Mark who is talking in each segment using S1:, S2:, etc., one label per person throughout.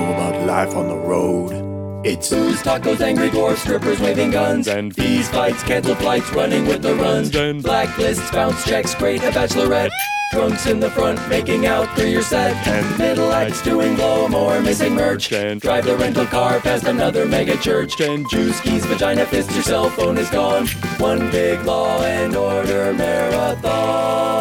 S1: life on the road. It's
S2: Booze, tacos, angry dwarfs, strippers waving guns,
S3: And
S2: fees, fights, cancel flights, running with the runs,
S3: And-
S2: blacklists, bounce checks, great a bachelorette. Drunks in the front, making out through your set.
S3: And-
S2: middle acts doing blow more, missing merch.
S3: And-
S2: drive the rental car past another mega church.
S3: And-
S2: juice keys, vagina fist, your cell phone is gone. One big law and order marathon.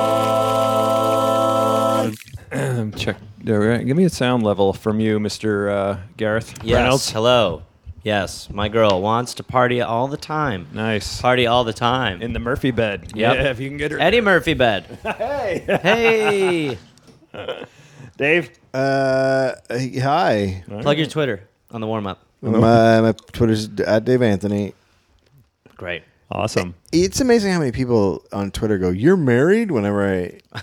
S4: Check. all right, Give me a sound level from you, Mr. Uh, Gareth
S5: Yes.
S4: Reynolds.
S5: Hello. Yes, my girl wants to party all the time.
S4: Nice.
S5: Party all the time.
S4: In the Murphy bed.
S5: Yep.
S4: Yeah, if you can get her.
S5: Eddie Murphy bed.
S4: Hey.
S5: Hey.
S4: Dave.
S6: Uh, hi.
S5: Plug your Twitter on the warm up.
S6: My, my Twitter's at Dave Anthony.
S5: Great.
S4: Awesome.
S6: It's amazing how many people on Twitter go, "You're married." Whenever I,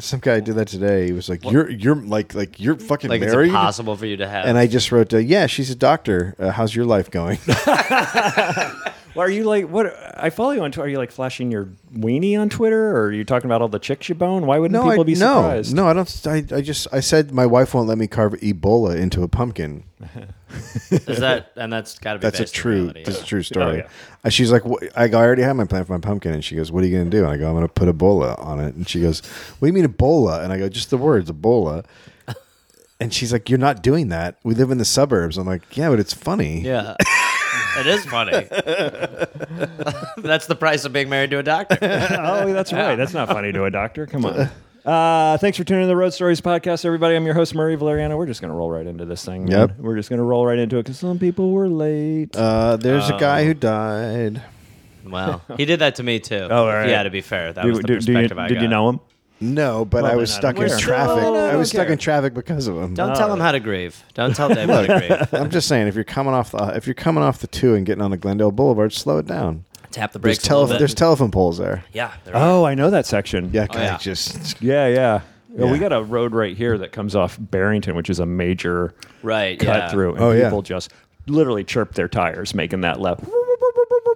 S6: some guy did that today. He was like, "You're you're like like you're fucking
S5: Like
S6: married."
S5: it's impossible for you to have.
S6: And I just wrote, uh, "Yeah, she's a doctor. Uh, how's your life going?"
S4: Well, are you like what? I follow you on Twitter. Are you like flashing your weenie on Twitter, or are you talking about all the chicks you bone? Why wouldn't people
S6: I,
S4: be
S6: no,
S4: surprised?
S6: no, I don't. I, I just I said my wife won't let me carve Ebola into a pumpkin.
S5: Is that and that's got to be
S6: That's a
S5: based in
S6: true,
S5: reality.
S6: that's a true story.
S4: yeah.
S6: Uh, she's like, "Wha- I go, I already have my plan for my pumpkin, and she goes, "What are you going to do?" And I go, "I'm going to put Ebola on it." And she goes, "What do you mean Ebola?" And I go, "Just the words Ebola." And she's like, "You're not doing that. We live in the suburbs." I'm like, "Yeah, but it's funny."
S5: Yeah. it is funny. that's the price of being married to a doctor.
S4: oh, that's right. That's not funny to a doctor. Come on. Uh, thanks for tuning in to the Road Stories podcast, everybody. I'm your host, Murray Valeriano. We're just going to roll right into this thing. man.
S6: Yep.
S4: We're just going to roll right into it because some people were late.
S6: Uh, there's a guy
S4: Um,
S6: who died.
S5: wow. He did that to me too.
S4: Oh, all right.
S5: Yeah, to be fair, that
S4: Do-
S5: was the
S4: do- do you-
S5: perspective I
S4: did
S5: got.
S4: you know him?
S6: No, but
S4: Well,
S6: I
S4: they're
S6: was
S4: not
S6: stuck in
S4: aware.
S6: traffic.
S4: No, no,
S6: I
S4: no,
S6: was
S4: don't
S6: stuck
S4: care.
S6: in traffic because of him.
S5: Don't
S4: Oh.
S5: tell him how to grieve. Don't tell Dave how to grieve.
S6: I'm just saying, if you're coming off the if you're coming off the two and getting on the Glendale Boulevard, slow it down.
S5: Tap the
S6: There's,
S5: brakes. a
S6: tele-
S5: little bit.
S6: there's telephone poles there.
S5: yeah. There are.
S4: Oh, I know that section.
S6: Yeah, kind
S5: yeah.
S6: of just
S4: Yeah, yeah. Yeah, We
S6: Yeah.
S4: got a road right here that comes off Barrington, which is a major
S5: Right.
S4: cut
S5: yeah.
S4: through, and
S6: Oh, yeah.
S4: people just literally chirp their tires, making that left.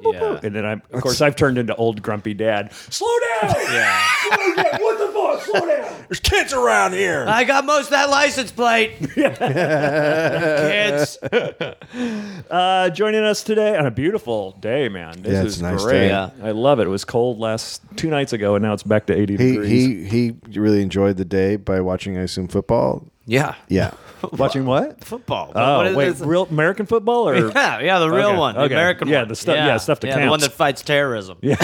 S5: Yeah.
S4: And then I'm, of course, I've turned into old grumpy dad. Slow down!
S5: Yeah.
S4: Slow down! What the fuck? Slow down!
S1: there's kids around here.
S5: I got most of that license plate. Kids.
S4: Uh, joining us today on a beautiful day, man. This
S6: Yeah, it's
S4: is
S6: a nice
S4: great.
S6: day.
S5: Yeah.
S4: I love it. It was cold last two nights ago, and now it's back to 80
S6: he
S4: degrees.
S6: he he really enjoyed the day by watching I assume football.
S5: Yeah.
S6: Yeah,
S4: Watching what?
S5: Football. What
S4: Oh,
S5: is
S4: wait,
S5: this?
S4: real American football or
S5: Yeah, yeah, the real
S4: Okay,
S5: one, the
S4: okay.
S5: American
S4: Yeah,
S5: one.
S4: the stuff- yeah, stuff that
S5: The one
S4: counts.
S5: that fights terrorism. Yeah.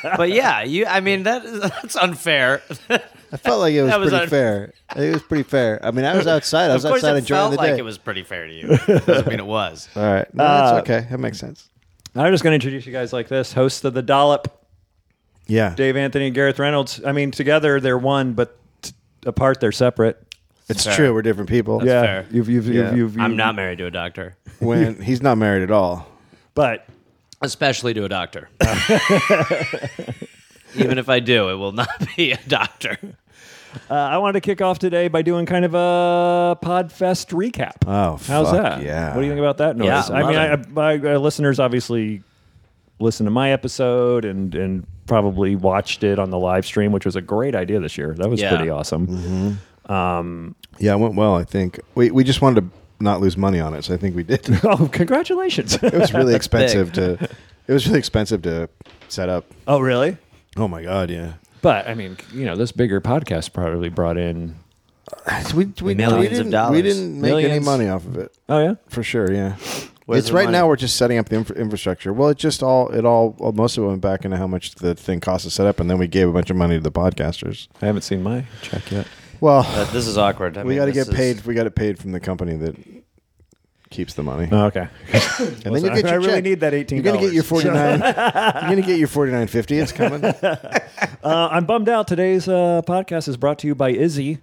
S5: but yeah, you. I mean, that is, that's unfair.
S6: I felt like it was,
S5: That was
S6: pretty
S5: un-
S6: fair. It was pretty fair. I mean, I was outside. I was
S5: of course,
S6: outside
S5: it
S6: enjoying
S5: felt
S6: the day.
S5: like it was pretty fair to you. Doesn't mean it was.
S6: All right, Uh, no, that's okay. That makes sense.
S4: I'm just going to introduce you guys like this host of the Dollop,
S6: Yeah,
S4: Dave Anthony and Gareth Reynolds. I mean, together they're one, but t- apart they're separate.
S6: it's
S5: fair.
S6: true. We're different people.
S4: yeah,
S5: fair.
S4: You've, you've,
S6: Yeah.
S4: You've, you've,
S5: I'm
S4: you've-
S5: not married to a doctor,
S6: when he's not married at all.
S4: But
S5: especially to a doctor. Even if I do, it will not be a doctor.
S4: uh, I wanted to kick off today by doing kind of a Podfest recap.
S6: Oh,
S4: how's
S6: fuck
S4: that?
S6: yeah.
S4: What do you think about that noise?
S5: Yeah,
S4: I mean, I,
S5: love
S4: my uh, listeners obviously listen to my episode and and probably watched it on the live stream, which was a great idea this year. That was
S5: Yeah.
S4: pretty awesome.
S6: Yeah, it went well. I think we we just wanted to not lose money on it, so I think we did. it
S4: Oh, congratulations!
S6: was really expensive to. It was really expensive to set up.
S4: oh, really?
S6: Oh my god, yeah.
S4: But I mean, you know, this bigger podcast probably brought in.
S6: We, we,
S5: Millions
S6: we
S5: of
S6: didn't,
S5: dollars.
S6: We didn't make any
S4: Millions.
S6: money off of it.
S4: Oh yeah.
S6: For sure, yeah.
S5: Where's
S6: it's
S5: the
S6: right
S5: money?
S6: now we're just setting up the infra- infrastructure. Well, it just all it all well, most of it went back into how much the thing cost to set up, and then we gave a bunch of money to the podcasters.
S4: I haven't seen my check yet.
S6: Well,
S5: But this is awkward. I
S6: we
S5: mean,
S6: got to
S5: this
S6: get
S5: is-
S6: paid. We got it paid from the company that keeps the money,
S4: oh, okay.
S6: and then you
S4: I-
S6: get your
S4: Uh, I really
S6: check.
S4: need that $18.
S6: You're gonna get your forty nine. you're gonna get your forty nine fifty. It's coming.
S4: Uh, I'm bummed out. Today's uh, podcast is brought to you by Izzy,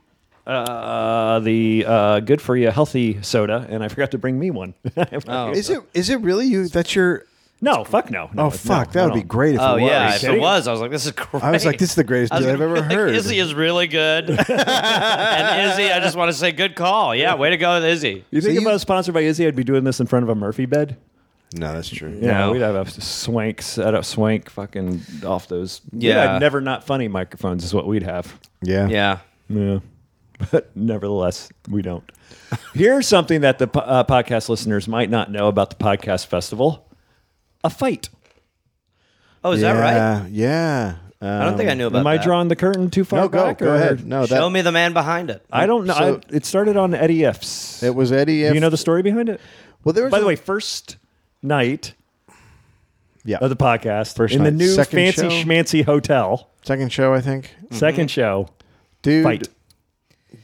S4: uh, the uh, good for you healthy soda, and I forgot to bring me one.
S5: Oh.
S6: is it? Is it really you? That's your.
S4: no, fuck no. no
S6: Oh fuck! that would be
S4: great.
S6: great if
S5: Oh
S6: it was.
S5: yeah, if it
S4: kidding?
S5: was, I was like, this is great.
S6: I was like, this is the greatest
S5: I was
S6: deal I've
S5: gonna
S6: ever
S5: be like,
S6: heard.
S5: Izzy is really good. and Izzy, I just want to say good call. Yeah, way to go with Izzy.
S4: You think
S6: So
S4: if
S6: you-
S4: I was sponsored by Izzy, I'd be doing this in front of a Murphy bed?
S6: no, that's true.
S4: Yeah,
S5: No.
S4: we'd have a swank set up, swank fucking off those. we'd
S5: Yeah.
S4: have never not funny microphones is what we'd have.
S6: Yeah.
S5: Yeah.
S4: Yeah. but nevertheless, we don't. Here's something that the po- uh, podcast listeners might not know about the podcast festival: a fight.
S5: Oh, is
S6: yeah,
S5: that right?
S6: Yeah.
S5: I don't think I knew about
S4: Am I
S5: that.
S4: drawing the curtain too far
S6: No, go
S4: back?
S6: go
S4: or-
S6: ahead. No, oh, that
S5: Show me the man behind it.
S4: I don't know.
S6: So-
S4: I, it started on Eddie F's.
S6: it was Eddie.
S4: Do
S6: F-
S4: you know the story behind it?
S6: Well, there was
S4: By
S6: a-
S4: the way, first night
S6: yeah,
S4: of the podcast
S6: First
S4: in the
S6: night.
S4: new
S6: Second
S4: fancy
S6: show?
S4: schmancy hotel.
S6: second show I think.
S4: Second show,
S6: Dude,
S4: fight.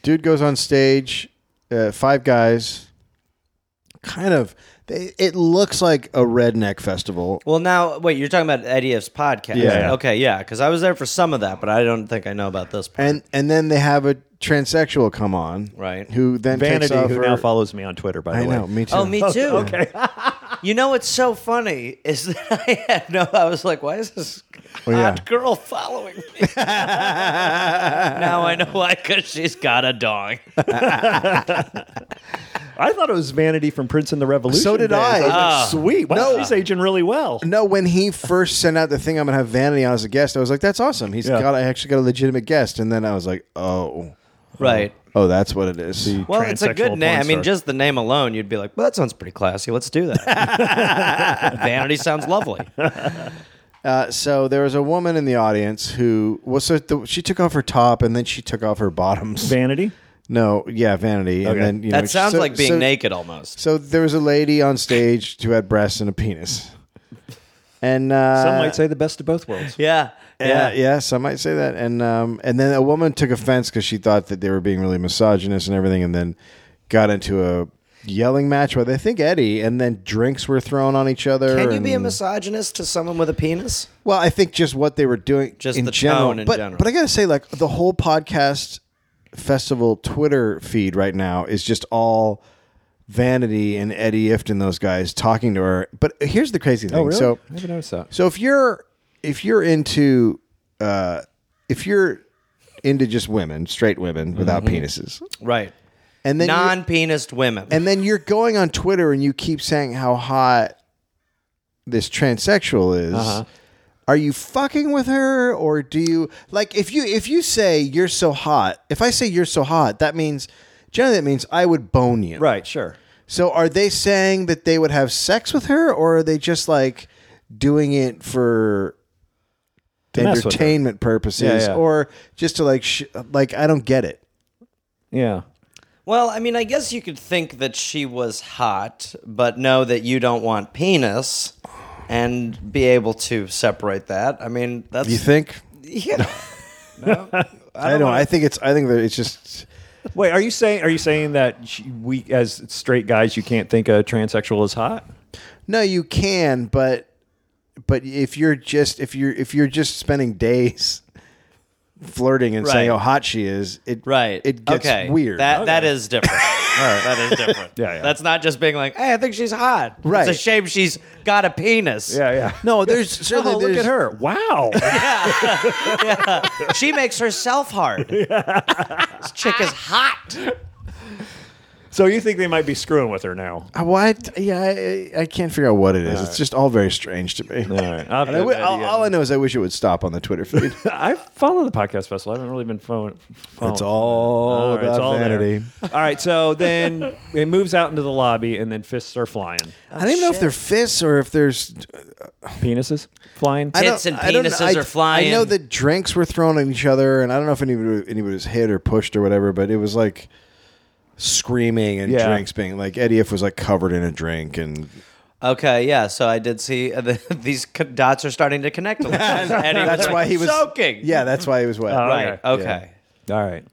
S6: dude goes on stage uh, five guys kind of they, it looks like a redneck festival
S5: Well, now wait, you're talking about Eddie F's podcast.
S6: Yeah.
S5: Okay, yeah, because I was there for some of that, but I don't think I know about this. Part.
S6: and and then they have a transsexual come on
S5: Right.
S6: who then takes
S4: Vanity,
S6: off
S4: who
S6: her-
S4: now follows me on Twitter, by the
S6: i
S4: way.
S6: know me too
S5: Oh, me too.
S4: Okay.
S5: You know what's so funny is that I had no. I was like, why is this hot
S6: Oh, yeah.
S5: girl following me? now I know why, because she's got a dong.
S6: Oh.
S4: I thought it was Vanity from Prince and the Revolution.
S6: so did
S4: days.
S6: i Ah.
S4: was like, Sweet. Wow,
S6: No.
S4: she's aging really well.
S6: no when he first sent out the thing i'm gonna have vanity on as a guest i was like that's awesome He's
S4: Yeah.
S6: got i actually got a legitimate guest and then i was like oh
S5: Right.
S6: oh that's what it is
S5: Well, it's a
S4: Transsexual
S5: good
S4: porn
S5: name. I
S4: star.
S5: mean, just the name alone, you'd be like, well, that sounds pretty classy. Let's do that. Vanity sounds lovely.
S6: Uh, so there was a woman in the audience who was so the, she took off her top and then she took off her bottoms.
S4: Vanity.
S6: no, yeah, vanity.
S4: Okay.
S6: And then you know
S5: That sounds
S6: so-
S5: like being
S6: so-
S5: naked almost.
S6: So there was a lady on stage who had breasts and a penis. And uh,
S4: Some might say the best of both worlds.
S5: Yeah.
S6: yeah,
S5: Yeah.
S6: yeah, some might say that. And um, and then a woman took offense because she thought that they were being really misogynist and everything, and then got into a yelling match with I think Eddie, and then drinks were thrown on each other.
S5: Can you be a
S6: and-
S5: misogynist to someone with a penis?
S6: Well, I think just what they were doing,
S5: Just
S6: in
S5: the
S6: general.
S5: tone in
S6: but,
S5: general.
S6: But I gotta say, like the whole podcast festival Twitter feed right now is just all vanity and Eddie Ift and those guys talking to her. But here's the crazy thing. So,
S4: Oh, I haven't noticed that.
S6: so if you're if you're into uh, if you're into just women, straight women without
S5: Mm-hmm.
S6: penises,
S5: Right.
S6: and then you-
S5: Non-penised women.
S6: and then you're going on Twitter and you keep saying how hot this transsexual is.
S4: Uh-huh.
S6: Are you fucking with her or do you like if you if you say you're so hot, if I say you're so hot, that means generally that means I would bone you.
S4: Right. Sure.
S6: So are they saying that they would have sex with her or are they just like doing it for
S4: mess with her.
S6: entertainment purposes
S4: Yeah, yeah.
S6: or just to like sh- like I don't get it.
S4: Yeah.
S5: Well, I mean, I guess you could think that she was hot, but know that you don't want penis and be able to separate that. I mean, that's
S6: You think?
S5: yeah.
S6: I don't, know. I think it's I think that it's just
S4: Wait, are you saying are you saying that sh- we as straight guys you can't think a transsexual is hot?
S6: No, you can, but but if you're just if you're if you're just spending days flirting and saying
S5: Right.
S6: how hot she is, it
S5: right.
S6: it gets
S5: okay.
S6: weird.
S5: That that is different. That is different.
S4: Yeah, yeah.
S5: That's not just being like, hey, I think she's hot.
S6: Right.
S5: It's a shame she's got a penis.
S4: yeah. No,
S6: no, there's certainly
S4: oh, look at
S6: there's-
S4: her. Wow.
S5: She makes herself hard. This chick is hot.
S4: so you think they might be screwing with her now?
S6: Uh, What? Yeah, I, I can't figure out what it is. it's just all very strange to me.
S4: I'll-
S6: And I wi- all, all I know is I wish it would stop on the Twitter feed.
S4: I follow the podcast festival. I haven't really been following. following-
S6: It's all
S4: All right,
S6: about
S4: there.
S6: vanity.
S4: All right, so then it moves out into the lobby, and then fists are flying,
S6: I don't even know if they're fists or if there's
S4: penises flying.
S6: I don't-
S5: Tits and
S6: I don't know.
S5: penises
S6: I-
S5: are flying.
S6: I know that drinks were thrown at each other, and I don't know if anybody anybody was hit or pushed or whatever, but it was like screaming and
S4: Yeah.
S6: drinks being like Eddie F was like covered in a drink, and
S5: Okay, yeah. So I did see uh, the, these co- dots are starting to connect. A little. and he
S6: that's
S5: was,
S6: why
S5: like,
S6: he was
S5: soaking.
S6: Yeah, that's why he was wet.
S5: Right. Oh,
S4: Okay.
S5: Okay.
S4: All right.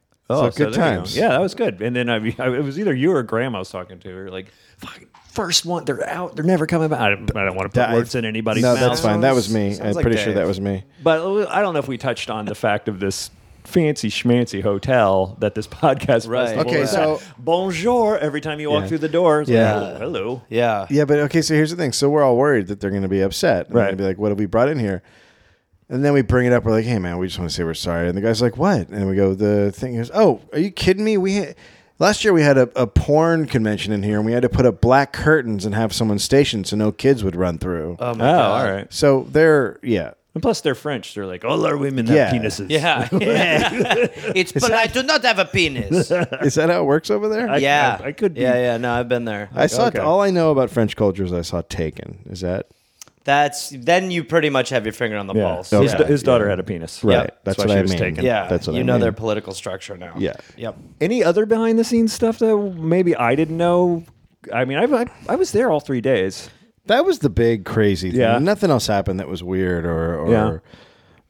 S4: Oh,
S6: So good
S4: there you go.
S6: times.
S4: Yeah, that was good. And then I, I, it was either you or Graham I was talking to. Or like, fucking first one, they're out. They're never coming back. I don't, I don't want to put
S6: That-
S4: words in anybody's
S6: No,
S4: mouth.
S6: that's fine. That was me.
S5: Sounds
S6: I'm
S5: like
S6: pretty sure
S5: Dave.
S6: that was me.
S4: But I don't know if we touched on the fact of this fancy schmancy hotel that this podcast
S5: Right.
S4: festival
S6: Okay,
S4: is
S6: so-
S4: at. bonjour every time you walk
S6: Yeah.
S4: through the door. It's like,
S6: Yeah.
S4: "Oh, hello.
S5: Yeah.
S6: Yeah, but okay. So here's the thing. So we're all worried that they're going to be upset. And
S4: Right.
S6: They're gonna be like, "What have we brought in here?" And then we bring it up. We're like, "Hey, man, we just want to say we're sorry." And the guy's like, "What?" And we go, "The thing is, oh, are you kidding me? We had, last year we had a, a porn convention in here, and we had to put up black
S4: Uh.
S6: curtains and have someone stationed so no kids would run through.
S5: Oh,
S4: Oh, all right.
S6: so they're yeah.
S4: And plus, they're French. They're like, all our women
S6: Yeah.
S4: have penises.
S5: Yeah. it's but I do not have a penis.
S6: Is that how it works over there? I,
S5: yeah.
S4: I- I could be-
S5: Yeah, yeah, no, I've been there.
S6: saw
S4: Okay.
S6: all I know about French culture is I saw Taken. Is that
S5: That's then you pretty much have your finger on the
S4: Yeah.
S5: pulse.
S6: Okay.
S4: His,
S5: Yeah.
S4: da- his daughter had a penis.
S6: right?
S5: Yep.
S6: That's
S4: That's why
S6: what
S4: she
S6: I
S4: was
S6: mean.
S4: taken.
S5: Yeah.
S6: that's what
S5: you
S6: I
S5: know
S6: mean.
S5: their political structure now.
S6: Yeah.
S5: Yep.
S4: Any other behind the scenes stuff that maybe I didn't know? I mean, I, I, I was there all three days.
S6: That was the big crazy thing.
S4: Yeah.
S6: Nothing else happened that was weird or, or
S4: Yeah.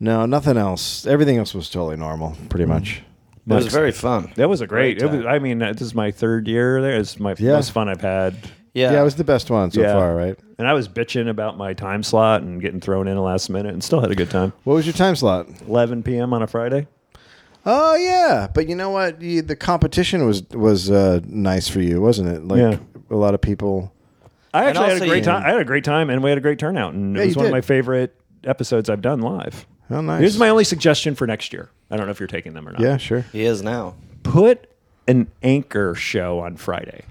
S6: no, nothing else. Everything else was totally normal, pretty much.
S5: It was very fun.
S4: That was a great.
S5: Great
S4: it was, I mean, this is my third year there. It's my
S6: Yeah.
S4: most fun I've had.
S5: Yeah.
S6: Yeah, it was the best one so
S4: Yeah.
S6: far, right?
S4: And I was bitching about my time slot and getting thrown in the last minute, and still had a good time.
S6: What was your time slot?
S4: 11 p.m. on a Friday.
S6: Oh yeah, but you know what? You, the competition was was uh, nice for you, wasn't it? Like
S4: Yeah.
S6: a lot of people.
S4: I actually had a
S5: also
S4: great
S5: you-
S4: time. I had a great time, and we had a great turnout, and
S6: Yeah,
S4: it was
S6: you
S4: one of
S6: did.
S4: my favorite episodes I've done live.
S6: Oh, nice.
S4: Here's my only suggestion for next year. I don't know if you're taking them or not.
S6: Yeah, sure.
S5: He is now.
S4: put an anchor show on Friday.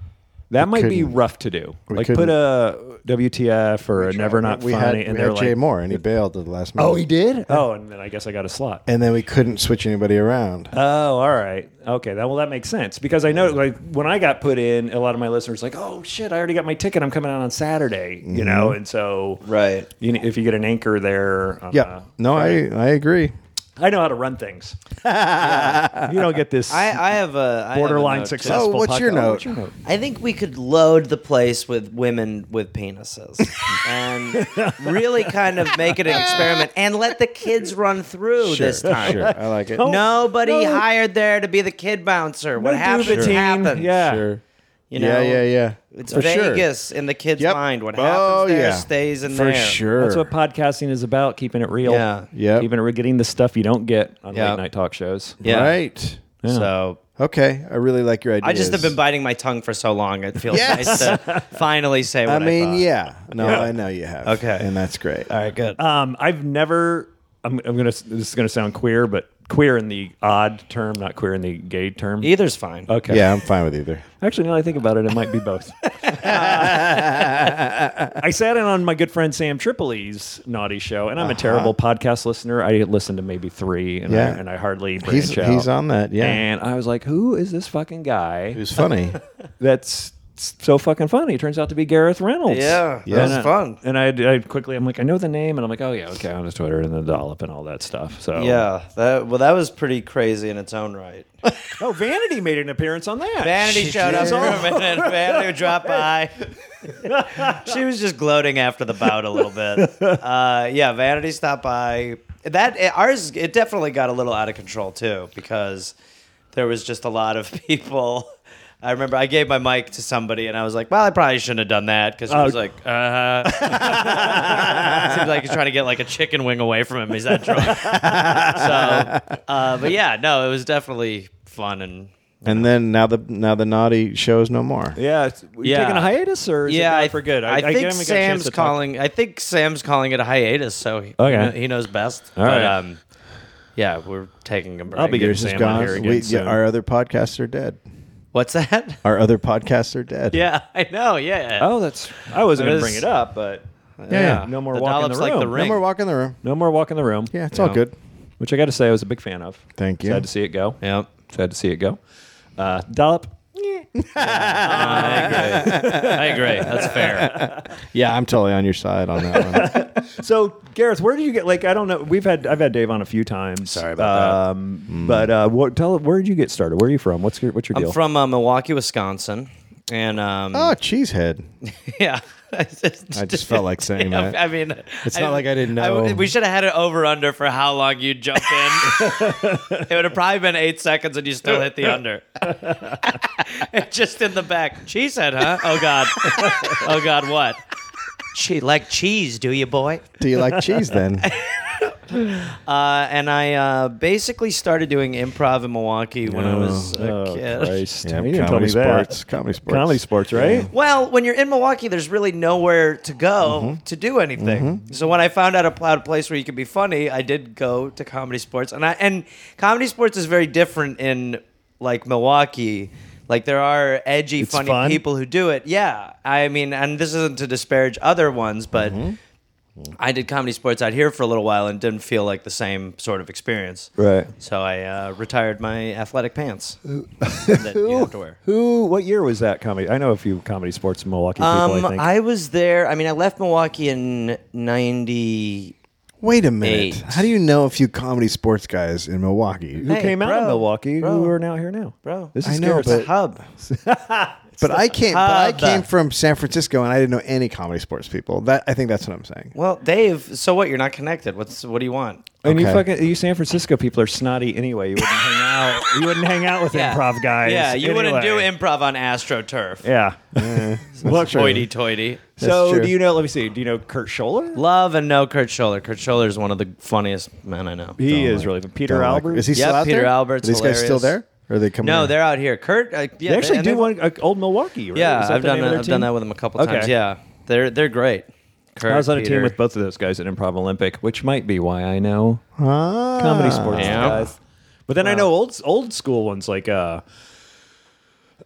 S4: That might be
S6: couldn't.
S4: rough to do. like
S6: couldn't.
S4: put a WTF or a Never Not
S6: we
S4: Funny,
S6: had,
S4: and
S6: we
S4: they're
S6: had
S4: like,
S6: Jay Moore, and he bailed at the last minute.
S4: did. Oh, and then I guess I got a slot.
S6: And then we couldn't switch anybody around.
S4: Oh, all right. Okay. That, well, that makes sense because I know like when I got put in, a lot of my listeners were like, oh shit, I already got my ticket. I'm coming out on Saturday, you know. And so,
S5: Mm-hmm. Right.
S4: You, if you get an anchor there, on
S6: yeah.
S4: a-
S6: no, I I agree.
S4: I know how to run things. Yeah. You don't get this
S5: I, I have a I have a
S4: borderline
S5: note, too.
S4: successful.
S6: Oh, what's your
S4: podcast.
S6: note?
S4: what's your note?
S5: I think we could load the place with women with penises and really kind of make it an experiment and let the kids run through
S6: Sure,
S5: this time.
S6: sure. I like it.
S4: Oh,
S5: Nobody
S4: No.
S5: hired there to be the kid bouncer. What
S4: No
S5: happens
S4: duvetine.
S5: happens.
S4: Yeah.
S6: Sure.
S5: You
S6: yeah,
S5: know?
S6: yeah, yeah.
S5: It's
S6: For sure.
S5: Vegas in the kid's
S6: Yep.
S5: mind. What
S6: Oh,
S5: happens there
S6: yeah.
S5: stays in
S6: For
S5: there.
S6: sure.
S4: That's what podcasting is about, keeping it real.
S5: Yeah.
S6: Yep.
S4: Keeping it real, getting the stuff you don't get on
S5: Yeah.
S4: late night talk shows.
S5: Yeah.
S6: Right.
S4: Yeah.
S5: So
S6: Okay. I really like your idea.
S5: I just have been biting my tongue for so long. It feels
S6: Yes.
S5: nice to finally say
S6: I
S5: what I,
S6: mean,
S5: thought.
S6: yeah. No, I know you have.
S5: Okay.
S6: And that's great.
S5: All right, good.
S4: Um, I've never. I'm, I'm gonna. This is gonna sound queer, but queer in the odd term, not queer in the gay term.
S5: Either's fine.
S4: Okay.
S6: Yeah, I'm fine with either.
S4: Actually, now that I think about it, it might be both. Uh, I sat in on my good friend Sam Tripoli's naughty show, and I'm a terrible podcast listener. I listen to maybe three, and,
S6: Uh-huh. Yeah.
S4: I, and I hardly branch
S6: He's
S4: out.
S6: he's on that. Yeah.
S4: And I was like, "Who is this fucking guy?"
S6: it was funny.
S4: that's so fucking funny. It turns out to be Gareth Reynolds.
S5: Yeah,
S6: Yeah.
S5: that was
S4: And I-
S5: fun.
S4: And I, I quickly, I'm like, I know the name, and I'm like, oh yeah, okay, on his Twitter and the dollop and all that stuff. So
S5: Yeah, that well, that was pretty crazy in its own right.
S4: Oh, Vanity made an appearance on that.
S5: Vanity showed up for a minute. Vanity dropped by. she was just gloating after the bout a little bit. Uh, yeah, Vanity stopped by. That eh, ours, it definitely got a little out of control too because there was just a lot of people. I remember I gave my mic to somebody and I was like, "Well, I probably shouldn't have done that," because he was
S4: Oh.
S5: like, "Uh huh." Seems like he's trying to get like a chicken wing away from him. He's that drunk. so, uh, but yeah, no, it was definitely fun and
S6: and then now the now the naughty show is no more.
S4: Yeah, it's- you
S5: Yeah.
S4: taking a hiatus or is
S5: yeah,
S4: it
S5: I
S4: gone for good?
S5: I,
S4: haven't
S5: think
S4: got a chance
S5: Sam's
S4: to talk-
S5: calling. I think Sam's calling it a hiatus, so he,
S4: Okay.
S5: he kno- he knows best.
S4: All
S5: but,
S4: right.
S5: um, yeah, we're taking a break.
S4: I'll be good.
S6: Yours is
S4: Sam on
S6: gone.
S4: here again
S6: We- yeah,
S4: soon.
S6: our other podcasts are dead.
S5: What's that?
S6: Our other podcasts are dead.
S5: yeah, I know. Yeah.
S4: Oh, that's. I wasn't
S5: It
S4: going
S5: is-
S4: to bring it up, but
S6: yeah.
S4: no more
S5: The
S4: walk in
S5: dollop's
S4: the
S5: like
S4: room.
S5: the
S6: No
S5: ring.
S6: more walk in the room.
S4: No more walk in the room.
S6: Yeah, it's
S5: No.
S6: all good.
S4: Which I got to say, I was a big fan of.
S6: Thank you.
S4: Sad to see it go.
S5: Yep.
S4: Sad to see it go. Uh, dollop.
S5: I agree. I agree. That's fair.
S6: Yeah, I'm totally on your side on that one.
S4: So, Gareth, where did you get? Like, I don't know. We've had I've had Dave on a few times.
S5: Sorry about
S4: um,
S6: Hmm.
S4: that. But uh, what, tell where did you get started? Where are you from? What's your what's your
S5: I'm
S4: deal?
S5: from uh, Milwaukee, Wisconsin, and um,
S6: oh, cheesehead.
S5: yeah. I
S6: I just felt like saying
S5: Yeah,
S6: that.
S5: I mean,
S6: It's not like I didn't know.
S5: we should have had an over under for how long you would jump in. it would have probably been eight seconds, and you still hit the under. just in the back, cheesehead, huh? Oh god, oh god, what? She like cheese, do you, boy?
S6: Do you like cheese then?
S5: Uh, and I uh, basically started doing improv in Milwaukee when I was a
S4: oh,
S5: kid.
S4: Christ.
S6: Yeah,
S4: You didn't tell me
S6: comedy
S4: that.
S6: sports. Comedy sports.
S4: Comedy sports, right?
S5: Well, when you're in Milwaukee, there's really nowhere to go
S4: Mm-hmm.
S5: to do anything. So when I found out about a place where you could be funny, I did go to comedy sports, and I and comedy sports is very different in like Milwaukee. Like there are edgy, funny
S4: fun. Mm-hmm.
S5: people who do it. Yeah, I mean, and this isn't to disparage other ones, but I did comedy sports out here for a little while and didn't feel like the same sort of experience.
S4: Right.
S5: So I uh, retired my athletic pants that you have to wear.
S4: Who? What year was that comedy? I know a few comedy sports Milwaukee people.
S5: Um,
S4: I think.
S5: I was there. I mean, I left Milwaukee in '90.
S6: Wait a minute.
S5: Eight.
S6: How do you know a few comedy sports guys in Milwaukee?
S4: who
S5: Hey,
S4: came out of
S5: bro,
S4: Milwaukee?
S5: bro.
S4: who are now here now,
S5: Bro.
S4: This is
S6: I know,
S4: scary.
S5: The hub.
S6: But I came. But I
S5: hub.
S6: came from San Francisco, and I didn't know any comedy sports people. That I think that's what I'm saying.
S5: Well, Dave. So what? You're not connected. What's what do you want?
S4: and you
S6: okay.
S4: fucking you San Francisco people are snotty anyway. You wouldn't hang out. You wouldn't hang out with improv guys.
S5: Yeah, you wouldn't do
S4: anyway.
S5: improv on AstroTurf.
S4: Yeah.
S5: Look, hoity-toity.
S4: so
S6: true.
S4: do you know? Let me see. Do you know Kurt Scholler?
S5: Love and no Kurt Scholler. Kurt Scholler is one of the funniest men I know.
S4: He is really Peter
S6: Don't like-
S4: Albert.
S6: Is he
S5: Yeah,
S6: still out
S5: Peter
S6: there?
S5: Albert's
S6: Are these guys still
S5: hilarious.
S6: there? Or are they coming?
S5: No,
S6: out?
S5: they're out here. Kurt. Uh, yeah,
S4: They actually
S5: and
S4: do
S5: they've-
S4: one uh, old Milwaukee. Right? Is
S5: Yeah,
S4: that
S5: I've
S4: the
S5: done
S4: name of
S5: that.
S4: their
S5: I've done
S4: team?
S5: that with them a couple
S4: Okay.
S5: times. Yeah, they're they're great. Kurt,
S4: I was on a team
S5: Peter.
S4: with both of those guys at Improv Olympic, which might be why I know
S6: Ah.
S4: comedy sports
S5: Yeah.
S4: guys. But then I know old old school ones like uh,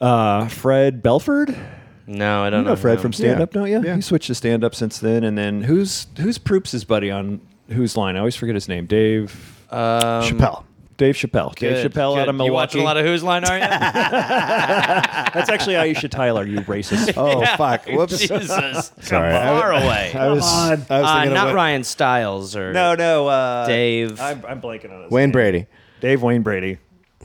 S4: uh, Fred Belford.
S5: No, I don't
S4: You know Fred from stand up,
S6: Yeah.
S4: don't you?
S6: Yeah.
S4: He switched to stand up since then. And then who's who's Proops' his buddy on whose line? I always forget his name. Dave
S5: um,
S6: Chappelle.
S4: Dave Chappelle. Dave
S5: Good,
S4: Chappelle out
S5: good.
S4: of Milwaukee.
S5: You watch a lot of Who's Line, are you?
S4: That's actually Aisha Tyler. You racist.
S6: Oh fuck! Whoops.
S5: Jesus,
S6: Sorry.
S5: far
S6: I-
S5: away.
S6: I was. I was
S5: Uh,
S6: thinking of
S5: not
S6: Wa-
S5: Ryan Stiles or
S4: no, no, uh,
S5: Dave.
S4: I'm, I'm blanking on this.
S6: Wayne Brady.
S4: Dave Wayne Brady.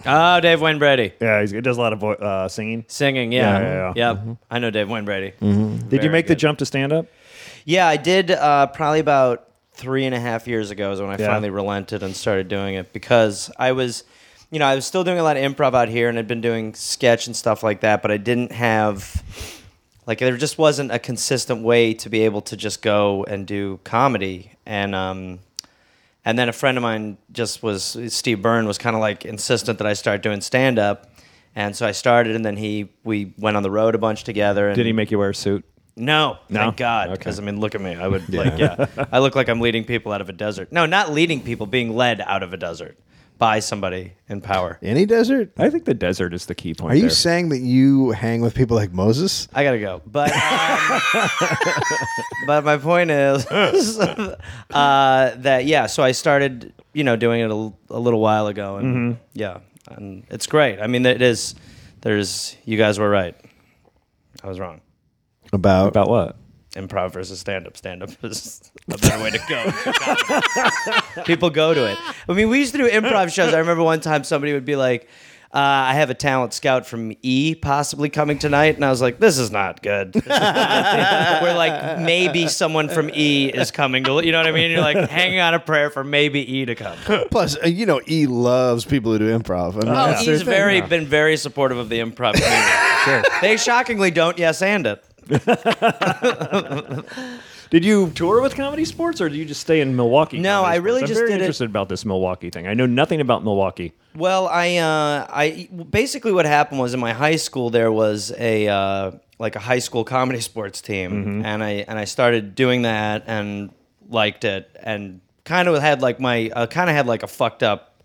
S5: oh, Dave Wayne Brady
S4: Yeah, he's, he does a lot of vo- uh, singing.
S5: singing.
S4: Yeah,
S5: Yeah,
S4: yeah,
S5: Yep.
S6: Mm-hmm.
S5: I know Dave Wayne Brady.
S4: Did you
S5: Very
S4: make the
S5: good.
S4: jump to stand up?
S5: Yeah, I did uh, probably about three and a half years ago is when I
S4: Yeah.
S5: finally relented and started doing it because I was, you know, I was still doing a lot of improv out here and had been doing sketch and stuff like that, but I didn't have, like, there just wasn't a consistent way to be able to just go and do comedy. And, um, and then a friend of mine just was Steve Byrne was kind of like insistent that I start doing stand up. And so I started, and then he we went on the road a bunch together. And
S4: Did he make you wear a suit?
S5: no, thank God.
S4: Okay.
S5: Because I mean, look at me. I would like, yeah, I look like I'm leading people out of a desert. No, not leading people, being led out of a desert by somebody in power.
S6: Any desert?
S4: I think the desert is the key point.
S6: Are you
S4: there.
S6: saying that you hang with people like Moses?
S5: I gotta go, but um, but my point is uh, that yeah. So I started, you know, doing it a, l- a little while ago, and yeah, and it's great. I mean, it is. There's you guys were right. I was wrong.
S6: About,
S4: about what?
S5: improv versus stand up. Stand up is a better way to go. People go to it. I mean, we used to do improv shows. I remember one time somebody would be like, uh, I have a talent scout from E possibly coming tonight. And I was like, this is not good. We're like, maybe someone from E is coming to, you know what I mean? You're like hanging on a prayer for maybe E to come.
S6: plus, uh, you know, E loves people who do improv. I mean,
S5: Oh,
S6: that's their
S5: he's
S6: thing.
S5: very been very supportive of the improv community. They shockingly don't yes and it.
S4: Did you tour with comedy sports, or did you just stay in Milwaukee?
S5: No,
S4: comedy
S5: I really
S4: sports? I'm
S5: just
S4: very
S5: did it-
S4: interested about this Milwaukee thing. I know nothing about Milwaukee.
S5: Well, I, uh, I basically what happened was in my high school there was a uh, like a high school comedy sports team,
S4: Mm-hmm.
S5: and I and I started doing that and liked it, and kind of had like my uh, kind of had like a fucked up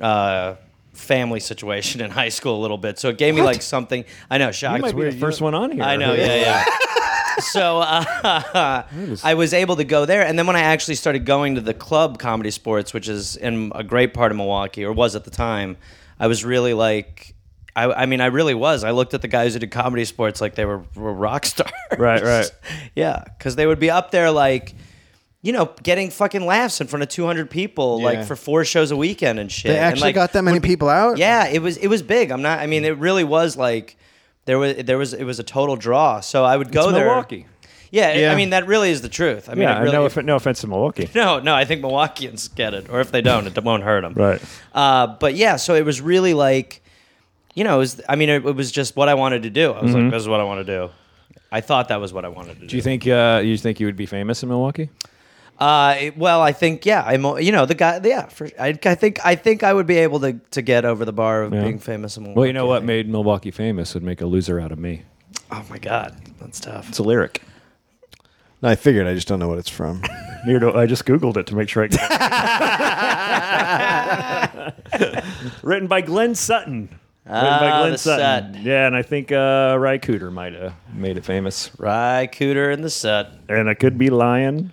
S5: uh, family situation in high school a little bit, so it gave me like something. I know, shocked.
S4: You might be the first one on here.
S5: I know, yeah, yeah. so uh, I was able to go there, and then when I actually started going to the club comedy sports, which is in a great part of Milwaukee, or was at the time, I was really like. I, I mean, I really was. I looked at the guys who did comedy sports like they were, were rock stars.
S4: Right, right.
S5: yeah, because they would be up there like, you know, getting fucking laughs in front of 200 people,
S6: Yeah.
S5: like for four shows a weekend and shit.
S6: They
S5: And,
S6: actually
S5: like,
S6: got that many people out.
S5: yeah, it was it was big. I'm not. I mean, it really was like there was there was it was a total draw. So I would go
S4: It's
S5: there.
S4: Milwaukee.
S5: Yeah, I
S6: Yeah.
S5: mean that really is the truth. I mean,
S4: yeah,
S5: it really,
S4: no, off- no offense to Milwaukee.
S5: no, no. I think Milwaukeeans get it, or if they don't, it won't hurt them.
S4: Right.
S5: Uh, but yeah, so it was really like, you know, it was, I mean, it, it was just what I wanted to do. I was like, this is what I want to do. I thought that was what I wanted to do.
S4: Mm-hmm. Do you think uh, you think you would be famous in Milwaukee?
S5: Uh, it- well, I think yeah, I'm. uh, You know, the guy. Yeah, for, I, I think I think I would be able to to get over the bar of being famous. in
S4: Well, you know
S5: Milwaukee, I
S4: what
S5: think.
S4: made Milwaukee famous would make a loser out of me.
S5: Oh my god, that's tough.
S4: It's a lyric.
S6: No, I figured. I just don't know what it's from.
S4: Here, to- I just Googled it to make sure I got it. Written by Glenn Sutton. Written
S5: Ah, the Sut.
S4: Yeah, and I think uh, Ry Cooter might have made it famous.
S5: Rye Cooter in the set.
S4: And I could be lying.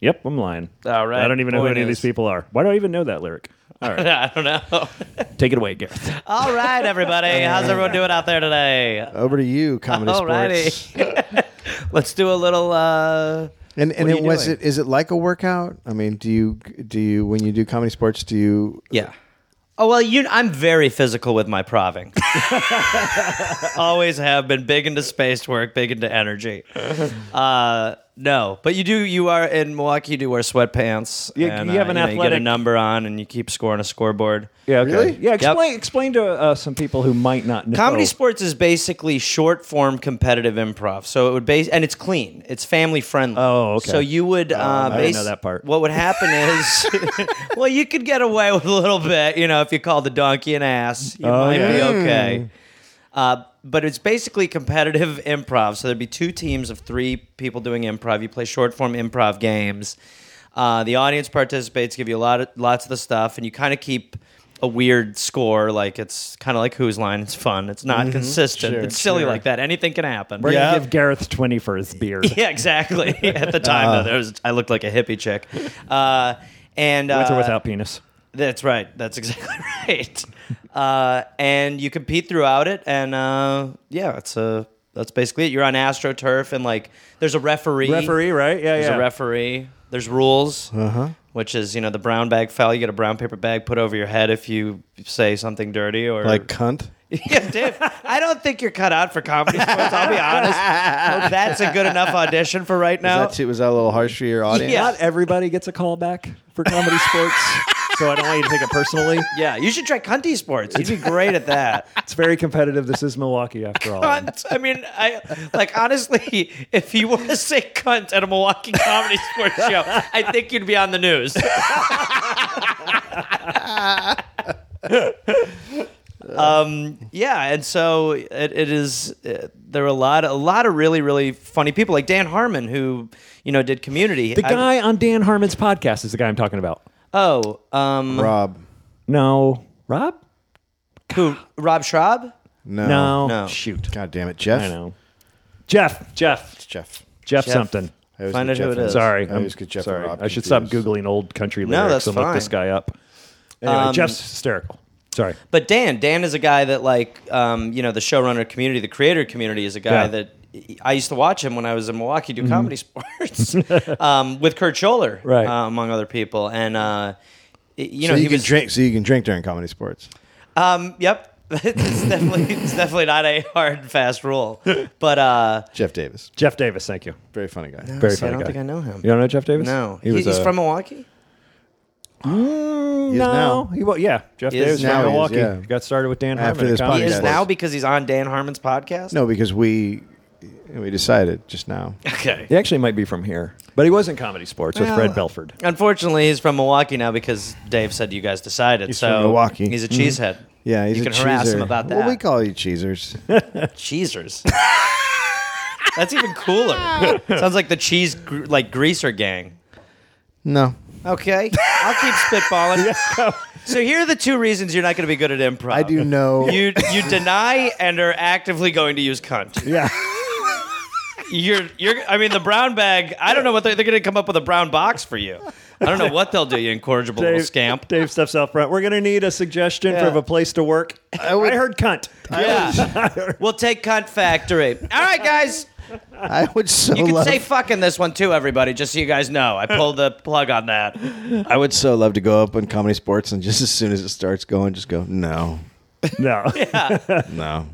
S4: Yep, I'm lying.
S5: All right,
S4: I don't even know who
S5: point
S4: any of
S5: is-
S4: these people are. Why do I even know that lyric? All right.
S5: I don't know.
S4: Take it away, Gareth.
S5: All right, everybody. How's everyone doing out there today?
S6: Over to you, comedy sports.
S5: Alrighty. Let's do a little. Uh,
S6: And and
S5: What are
S6: it
S5: you
S6: was
S5: doing?
S6: it is it like a workout? I mean, do you do you when you do comedy sports do you
S5: yeah. Oh well, you. I'm very physical with my proving. Always have been big into space work, big into energy. Uh, no, but you do. You are in Milwaukee. You do wear sweatpants.
S4: You-
S5: and,
S4: you have
S5: uh,
S4: an
S5: know, You get a
S4: athletic-
S5: number on, and you keep scoring a scoreboard.
S4: Yeah. Okay.
S6: Really?
S4: Yeah. Explain. Explain to uh, some people who might not know.
S5: Comedy sports is basically short form competitive improv. So it would base and it's clean. It's family friendly.
S4: Oh, okay.
S5: So you would uh,
S4: I didn't
S5: base,
S4: know that part.
S5: What would happen is, well, you could get away with a little bit, you know, if you called the donkey an ass, you might be
S4: yeah.
S5: okay. Uh, but it's basically competitive improv. So there'd be two teams of three people doing improv. You play short form improv games. Uh, the audience participates, give you a lot of lots of the stuff, and you kind of keep a weird score. Like it's kind of like Who's Line. It's fun. It's not consistent. it's silly like that. Anything can happen.
S4: We're
S5: yeah.
S4: gonna give Gareth twenty for his beard.
S5: Yeah, exactly. At the time, though, there was, I looked like a hippie chick. Uh, and uh,
S4: With or without penis.
S5: that's right. That's exactly right. Uh, and you compete throughout it, and uh, yeah, it's a that's basically it. You're on AstroTurf, and like there's a referee.
S4: right? Yeah.
S5: There's a referee. There's rules, which is you know the brown bag foul. You get a brown paper bag put over your head if you say something dirty or
S6: like cunt?
S5: yeah, Dave, I don't think you're cut out for comedy sports. I'll be honest. That's a good enough audition for right now.
S6: Is that too, was that a little harsh for your audience?
S5: Yeah.
S4: Not everybody gets a call back for comedy sports, so I don't want you to take it personally.
S5: yeah, you should try cunty sports. You'd be great at that.
S4: It's very competitive. This is Milwaukee, after all.
S5: cunt. I mean, I like honestly, if you were to say cunt at a Milwaukee comedy sports show, I think you'd be on the news. um, yeah, and so it, it is. Uh, there are a lot, a lot of really, really funny people like Dan Harmon, who you know did Community.
S4: The
S5: I-
S4: guy on Dan Harmon's podcast is the guy I'm talking about.
S5: oh, um,
S6: Rob.
S4: No, Rob?
S5: who? Rob Schraub.
S6: No.
S4: No.
S5: No.
S4: Shoot.
S6: God damn it, Jeff.
S4: I know. Jeff. Jeff.
S6: It's Jeff.
S4: Jeff,
S5: Jeff.
S4: something.
S6: I always
S5: Find
S6: get
S5: out who
S6: Jeff
S5: it
S6: and-
S5: is.
S4: Sorry.
S6: I
S4: I'm
S6: always get Jeff and
S4: sorry.
S6: Rob
S4: I should stop
S6: confused.
S4: Googling old country lyrics
S5: No, that's
S4: and look this
S5: fine.
S4: guy up. Anyway,
S5: Um,
S4: Jeff's hysterical. Sorry.
S5: But Dan, Dan is a guy that like um, you know the showrunner community, the creator community is a guy
S4: Yeah.
S5: that I used to watch him when I was in Milwaukee
S6: Mm-hmm.
S5: do comedy sports um, with Kurt Scholler,
S4: Right.
S5: uh, among other people, and uh, you know
S6: so you
S5: he
S6: can
S5: was
S6: drink so you can drink during comedy sports.
S5: um, yep. it's definitely it's definitely not a hard and fast rule, but uh,
S6: Jeff Davis.
S4: Jeff Davis, thank you.
S6: Very funny guy.
S4: Very
S5: see, I
S4: funny
S5: don't
S4: guy.
S5: think I know him.
S4: You don't know Jeff Davis?
S5: no,
S4: He was
S5: he's
S4: uh,
S5: from Milwaukee.
S4: Mm,
S6: He is
S4: no,
S6: now.
S4: he was. Yeah, Jeff
S5: He
S4: Davis
S5: is
S4: from
S6: now, he is,
S4: Milwaukee.
S6: yeah.
S4: Got started with Dan
S6: After
S4: Harmon. at
S6: this
S5: He
S4: Comedy
S6: podcast.
S5: is
S4: Sports.
S5: now because he's on Dan Harmon's podcast.
S6: No, because we we decided just now.
S5: okay.
S4: He actually might be from here, but he was in comedy sports with
S6: Well,
S4: Fred Belford.
S5: Unfortunately, he's from Milwaukee now because Dave said you guys decided.
S6: He's
S5: so
S6: from Milwaukee. Mm-hmm.
S5: He's a cheesehead.
S6: Yeah, he's
S5: you
S6: a
S5: can harass him
S6: cheeser.
S5: about that.
S6: Well, we call you cheesers.
S5: cheesers. That's even cooler. Sounds like the cheese gr- like greaser gang.
S6: no.
S5: Okay, I'll keep spitballing. So here are the two reasons you're not going to be good at improv.
S6: I do know
S5: You you deny and are actively going to use cunt.
S4: Yeah,
S5: You're you're. I mean, the brown bag. I don't know what they're, they're going to come up with a brown box for you. I don't know what they'll do. You incorrigible little scamp.
S4: Dave steps out front. We're gonna need a suggestion
S5: Yeah.
S4: for a place to work. I,
S6: would-
S4: heard cunt.
S5: Yeah. we'll take Cunt Factory. All right, guys.
S6: I would so
S5: You can
S6: love
S5: say fuck in this one too, everybody, just so you guys know. I pulled the plug on that.
S6: I would so love to go up on comedy sports and just as soon as it starts going, just go, No.
S4: no,
S6: No.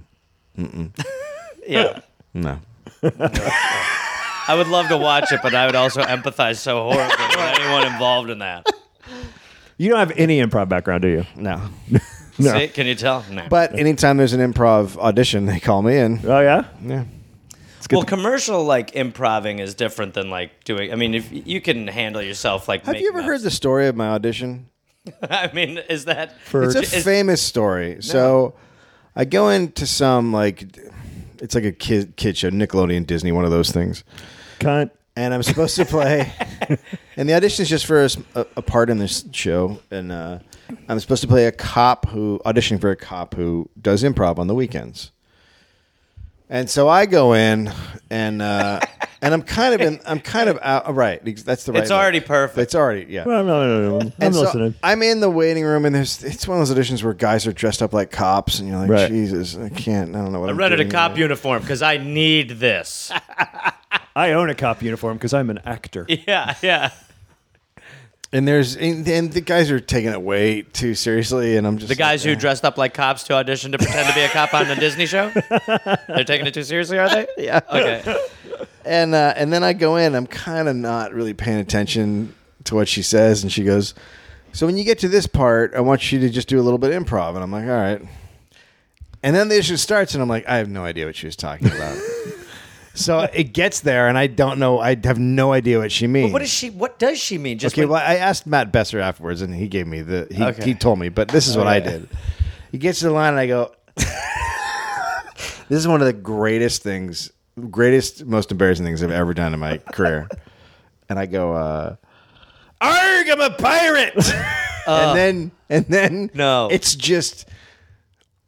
S5: Yeah.
S6: No.
S5: I would love to watch it, but I would also empathize so horribly with anyone involved in that.
S4: you don't have any improv background, do you?
S6: No.
S4: No.
S5: See, can you tell? No.
S6: But anytime there's an improv audition, they call me in.
S4: Oh yeah.
S6: Yeah.
S5: well, commercial like improving is different than like doing. I mean, if you can handle yourself, like
S6: Have you ever heard the story of my audition?
S5: I mean, is that
S6: It's a
S5: is-
S6: famous story. So I go into some like it's like a kid kid show, Nickelodeon, Disney, one of those things.
S4: Cunt.
S6: and I'm supposed to play. and the audition is just for a, s- a- a part in this show, and uh, I'm supposed to play a cop who auditioning for a cop who does improv on the weekends. And so I go in, and uh, and I'm kind of in. I'm kind of out. oh, Right, ex- that's the right.
S5: It's already
S6: look.
S5: perfect.
S6: It's already yeah.
S4: I'm,
S6: And so
S4: listening.
S6: I'm in the waiting room, and there's it's one of those editions where guys are dressed up like cops, and you're like,
S4: Right.
S6: Jesus, I can't. I don't know what
S5: I
S6: am
S5: rented a cop uniform because I need this.
S4: I own a cop uniform because I'm an actor.
S5: yeah, yeah.
S6: And there's and, and the guys are taking it way too seriously, and I'm just
S5: The guys
S6: like,
S5: who dressed up like cops to audition to pretend to be a cop on the Disney show? They're taking it too seriously, are they? Yeah. Okay.
S6: and uh, and then I go in. I'm kind of not really paying attention to what she says, and she goes, "So when you get to this part, I want you to just do a little bit of improv." And I'm like, "All right." And then the issue starts, and I'm like, "I have no idea what she was talking about." so it gets there, and I don't know. I have no idea what she means.
S5: What is she? What does she mean? Just
S6: Okay,
S5: like-
S6: well, I asked Matt Besser afterwards, and he gave me the he,
S5: Okay.
S6: he told me, but this is what I did. He gets to the line, and I go, "This is one of the greatest things, greatest, most embarrassing things I've ever done in my career." And I go, uh, "Arg, I'm a pirate!" and then, and then,
S5: Uh. No.
S6: it's just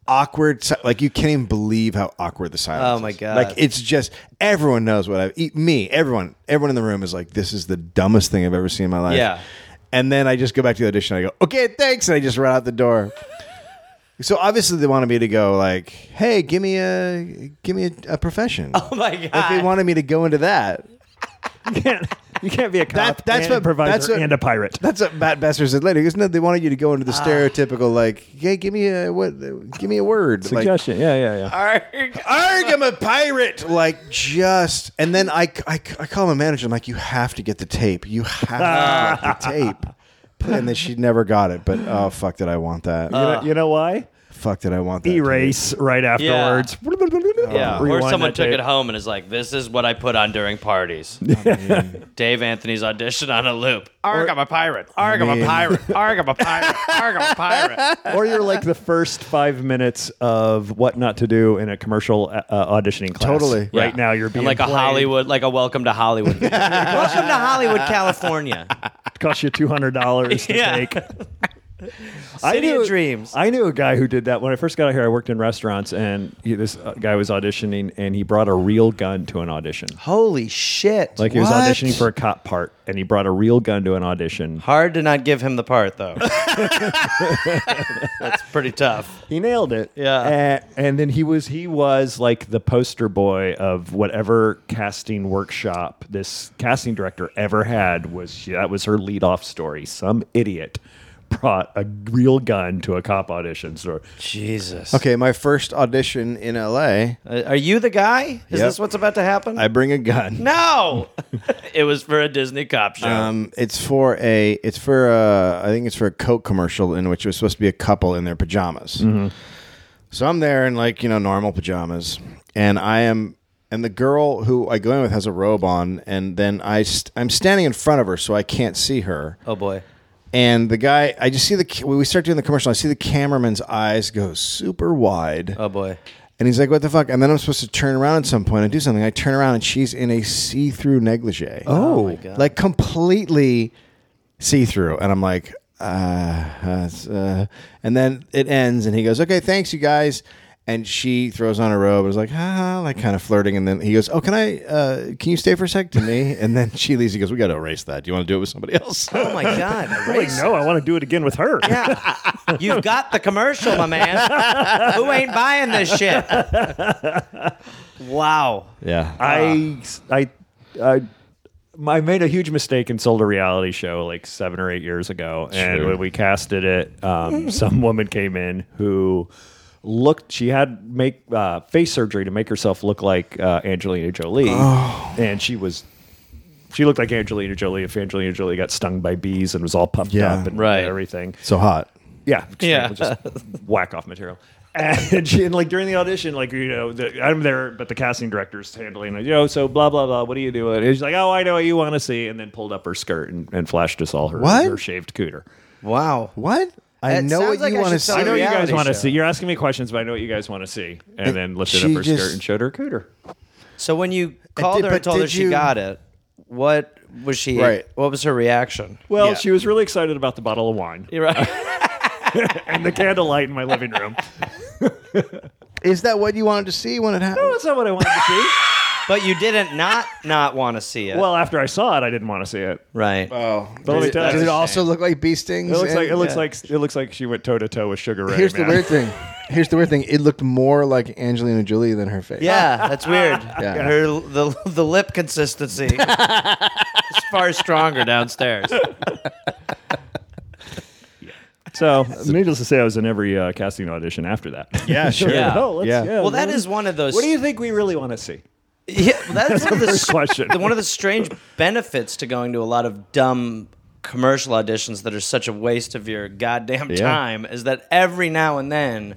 S6: awkward. si- Like you can't even believe how awkward the silence.
S5: Oh, my
S6: is.
S5: God.
S6: Like it's just everyone knows what I've eaten. Me, everyone, everyone in the room is like, "This is the dumbest thing I've ever seen in my life."
S5: Yeah.
S6: And then I just go back to the audition. I go, "Okay, thanks," and I just run out the door. so obviously they wanted me to go like, "Hey, give me a give me a, a profession."
S5: oh my god.
S6: Like they wanted me to go into that.
S4: You can't, you can't be a cop
S6: That- that's
S4: and
S6: what-
S4: improviser
S6: that's what-
S4: and a pirate.
S6: That's what Matt Besser said later. He goes, "No, they wanted you to go into
S5: Ah.
S6: the stereotypical like, hey, give me a what? Give me a word." Like,
S4: Suggestion. yeah, yeah, yeah.
S6: Arg, I'm a pirate. Like, just. And then I, I, I call my manager. I'm like, you have to get the tape. You have to get the tape. And then she never got it. But oh, fuck, did I want that?
S4: you, know, you know why?
S6: fuck, did I want that? tape.
S4: Uh, Erase right afterwards.
S5: yeah. Or
S4: Rewind
S5: someone
S4: that
S5: took
S4: tape.
S5: it home and is like, "This is what I put on during parties." Dave Anthony's audition on a loop. Arg, I'm a pirate. Arg, I'm a pirate. Arg, I'm a pirate. Arg, I'm a pirate.
S4: or you're like the first five minutes of what not to do in a commercial uh, uh, auditioning class.
S6: Totally.
S4: Right
S5: Yeah.
S4: now, you're
S5: And
S4: being
S5: like a
S4: played.
S5: Hollywood, like a Welcome to Hollywood. video. welcome to Hollywood, California.
S4: It costs you two hundred dollars to
S5: Yeah.
S4: take. I
S5: City
S4: knew,
S5: of Dreams.
S4: I knew a guy who did that when I first got out here. I worked in restaurants, and he, this uh, guy was auditioning, and he brought a real gun to an audition.
S5: Holy shit!
S4: Like he was
S6: What?
S4: auditioning for a cop part, and he brought a real gun to an audition.
S5: Hard to not give him the part though. That's pretty tough.
S4: He nailed it.
S5: Yeah.
S4: Uh, and then he was he was like the poster boy of whatever casting workshop this casting director ever had was that was her lead off story. Some idiot brought a real gun to a cop audition. So
S5: Jesus.
S6: Okay, my first audition in LA,
S5: Uh, are you the guy? Is
S6: Yep.
S5: this what's about to happen?
S6: I bring a gun.
S5: no. it was for a Disney cop show.
S6: Um, it's for a, it's for a, I think it's for a Coke commercial in which it was supposed to be a couple in their pajamas.
S5: Mm-hmm.
S6: So I'm there in like, you know, normal pajamas. And I am, and the girl who I go in with has a robe on. And then I, st- I'm standing in front of her so I can't see her.
S5: oh boy.
S6: And the guy, I just see the, ca- when we start doing the commercial, I see the cameraman's eyes go super wide.
S5: Oh boy.
S6: And he's like, what the fuck? And then I'm supposed to turn around at some point and do something. I turn around and she's in a see through negligee.
S5: Oh, my God.
S6: Like completely see through. And I'm like, uh, uh, it's, uh, and then it ends and he goes, okay, thanks, you guys. And she throws on a robe and is like, ha, ha, like kind of flirting. And then he goes, oh, can I, uh, can you stay for a sec to me? And then she leaves. He goes, we got to erase that. Do you want to do it with somebody else?
S5: Oh my god.
S4: like, no, I want to do it again with her.
S5: Yeah. You've got the commercial, my man. Who ain't buying this shit? Wow.
S6: yeah. Uh,
S4: I, I, I, I made a huge mistake and sold a reality show like seven or eight years ago. And
S6: Sure.
S4: when we casted it, um, some woman came in who looked. She had make uh, face surgery to make herself look like uh, Angelina Jolie,
S6: Oh.
S4: and she was. She looked like Angelina Jolie if Angelina Jolie got stung by bees and was all pumped
S6: Yeah.
S4: up and
S5: Right.
S4: everything.
S6: so hot.
S4: Yeah,
S5: Yeah.
S4: extremely just whack off material. And, she, and like during the audition, like you know, the, I'm there, but the casting director's handling it. You know, so blah blah blah. What are you doing? And she's like, oh, I know what you want to see, and then pulled up her skirt and, and flashed us all her
S6: What?
S4: her shaved cooter.
S5: Wow.
S6: What? I
S5: That
S6: know
S5: sounds
S6: what
S5: like
S6: you
S5: I
S6: want to
S5: should
S6: see.
S5: sell
S4: I know you guys
S5: reality
S4: want to
S5: show.
S4: see. You're asking me questions, but I know what you guys want to see. And then lifted up
S6: she
S4: her
S6: just-
S4: skirt and showed her cooter.
S5: So when you called
S6: did-
S5: her and
S6: but
S5: told her
S6: did
S5: she
S6: you-
S5: got it, what was she?
S6: Right.
S5: What was her reaction?
S4: Well,
S6: Yeah.
S4: she was really excited about the bottle of wine
S5: You're right.
S4: and the candlelight in my living room.
S6: Is that what you wanted to see when it happened?
S4: That's not what I wanted to see.
S5: but you didn't not not want to see it.
S4: Well, uh, after I saw it, I didn't want to see it.
S5: right.
S6: Oh,
S4: But let me tell
S6: does
S4: you-
S6: it also look like bee stings?
S4: It looks like it
S6: And-
S4: looks like it looks like she went toe to toe with Sugar Ray.
S6: Here's the
S4: man.
S6: weird thing. Here's the weird thing. It looked more like Angelina Jolie than her face.
S5: yeah, that's weird.
S6: Yeah.
S5: Her the the lip consistency is far stronger downstairs.
S4: So, needless to say, I was in every uh, casting audition after that.
S6: Yeah, sure.
S5: Yeah.
S4: Oh, let's-
S6: Yeah.
S5: Well, that is one of those.
S4: What do you think we really want to see?
S5: Yeah, that's one of the
S4: question.
S5: the- One of the strange benefits to going to a lot of dumb commercial auditions that are such a waste of your goddamn time is that every now and then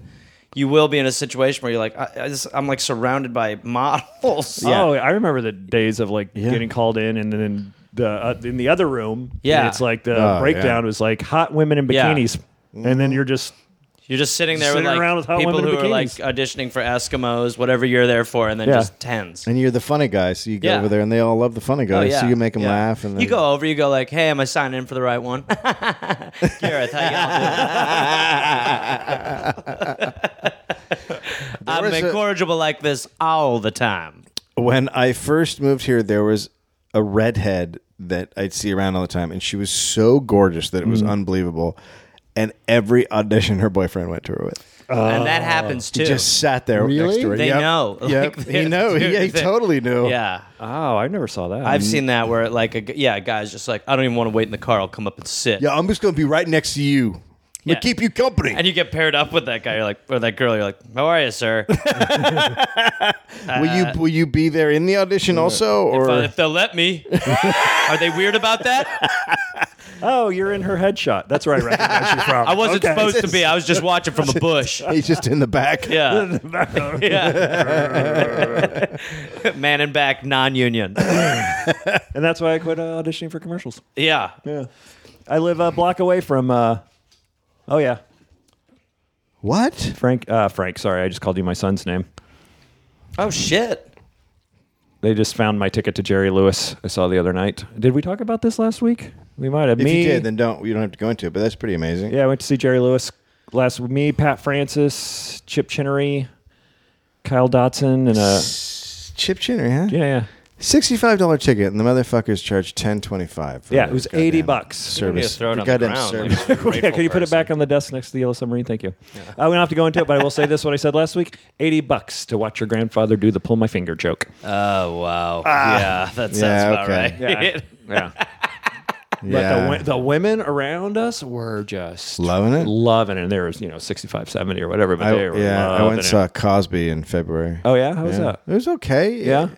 S5: you will be in a situation where you're like, I, I just, I'm like surrounded by models.
S4: Oh, I remember the days of like getting called in and then the uh, in the other room.
S5: Yeah.
S4: and it's like the
S6: Oh,
S4: breakdown
S6: yeah.
S4: was like hot women in
S5: Yeah.
S4: bikinis, and then you're just
S5: You're just sitting there
S4: Sitting
S5: with like
S4: around with hot
S5: people
S4: women
S5: who
S4: in
S5: are like
S4: bikinis.
S5: auditioning for Eskimos, whatever you're there for, and then
S4: Yeah.
S5: just tens.
S6: And you're the funny guy, so you go
S5: Yeah.
S6: over there, and they all love the funny guy,
S5: Oh, yeah.
S6: so you make them
S5: Yeah.
S6: laugh. And then,
S5: you go over, you go like, "Hey, am I signing in for the right one?" Gareth, how you doing? I'm
S6: was a-
S5: incorrigible like this all the time.
S6: When I first moved here, there was a redhead that I'd see around all the time, and she was so gorgeous that it
S5: Mm.
S6: was unbelievable. And every audition, her boyfriend went to her with.
S5: and that happens too.
S6: He Oh, just sat there next
S4: Really?
S6: to her.
S5: They
S6: Yep.
S5: know.
S6: Yep.
S5: Like,
S6: he knew.
S5: dude,
S6: yeah, he
S5: they-
S6: totally knew.
S5: yeah.
S4: oh, I never saw that.
S5: I've seen that where like a g- yeah, a guy's just like, I don't even want to wait in the car. I'll come up and sit.
S6: Yeah, I'm just going to be right next to you. I'm
S5: Yeah.
S6: going to keep you company.
S5: And you get paired up with that guy. You're like, or that girl. You're like, how are you, sir?
S6: will you will you be there in the audition also? Or
S5: Well, Uh, if they'll let me. Are they weird about that?
S4: oh, you're in her headshot. That's where I recognize you from.
S5: I wasn't
S4: Okay.
S5: supposed to be. I was just watching from a bush.
S6: he's just in the back.
S5: Yeah. yeah. Man and back, non union.
S4: and that's why I quit uh, auditioning for commercials.
S5: Yeah.
S4: Yeah, I live a block away from. Uh, oh yeah,
S6: What?
S4: Frank. Uh, Frank. Sorry, I just called you my son's name.
S5: Oh, shit.
S4: They just found my ticket to Jerry Lewis. I saw the other night. Did we talk about this last week? We might have.
S6: If
S4: me,
S6: you did, then don't you don't have to go into it. But that's pretty amazing.
S4: yeah, I went to see Jerry Lewis last. Me, Pat Francis, Chip Chinnery, Kyle Dotson, and uh,
S6: Chip Chinner, huh?
S4: yeah, yeah,
S6: Sixty-five dollar ticket, and the motherfuckers charge ten twenty-five. for
S4: yeah.
S6: the
S4: It was
S6: goddamn
S4: eighty bucks.
S5: You need to
S6: Service.
S5: throw it
S6: The
S5: on the
S6: goddamn
S5: ground.
S6: service.
S5: Like, you're a
S4: Yeah, can you put it
S5: grateful
S4: back on the desk next to the yellow submarine? Thank you. Uh, we don't have to go into it, but I will say this: what I said last week, eighty bucks to watch your grandfather do the pull my finger joke.
S5: person. Oh, wow. yeah, that sounds
S6: Yeah,
S5: about
S6: okay.
S5: right.
S4: Ah. Yeah, yeah. But the,
S6: Yeah.
S4: wo- the women around us were just
S6: Loving it?
S4: loving it. And there was, you know, 65, 70 or whatever, but
S6: I,
S4: they were
S6: yeah, I
S4: loving
S6: went and
S4: it.
S6: saw Cosby in February.
S4: Oh, yeah? How was that?
S6: It was okay.
S4: Yeah.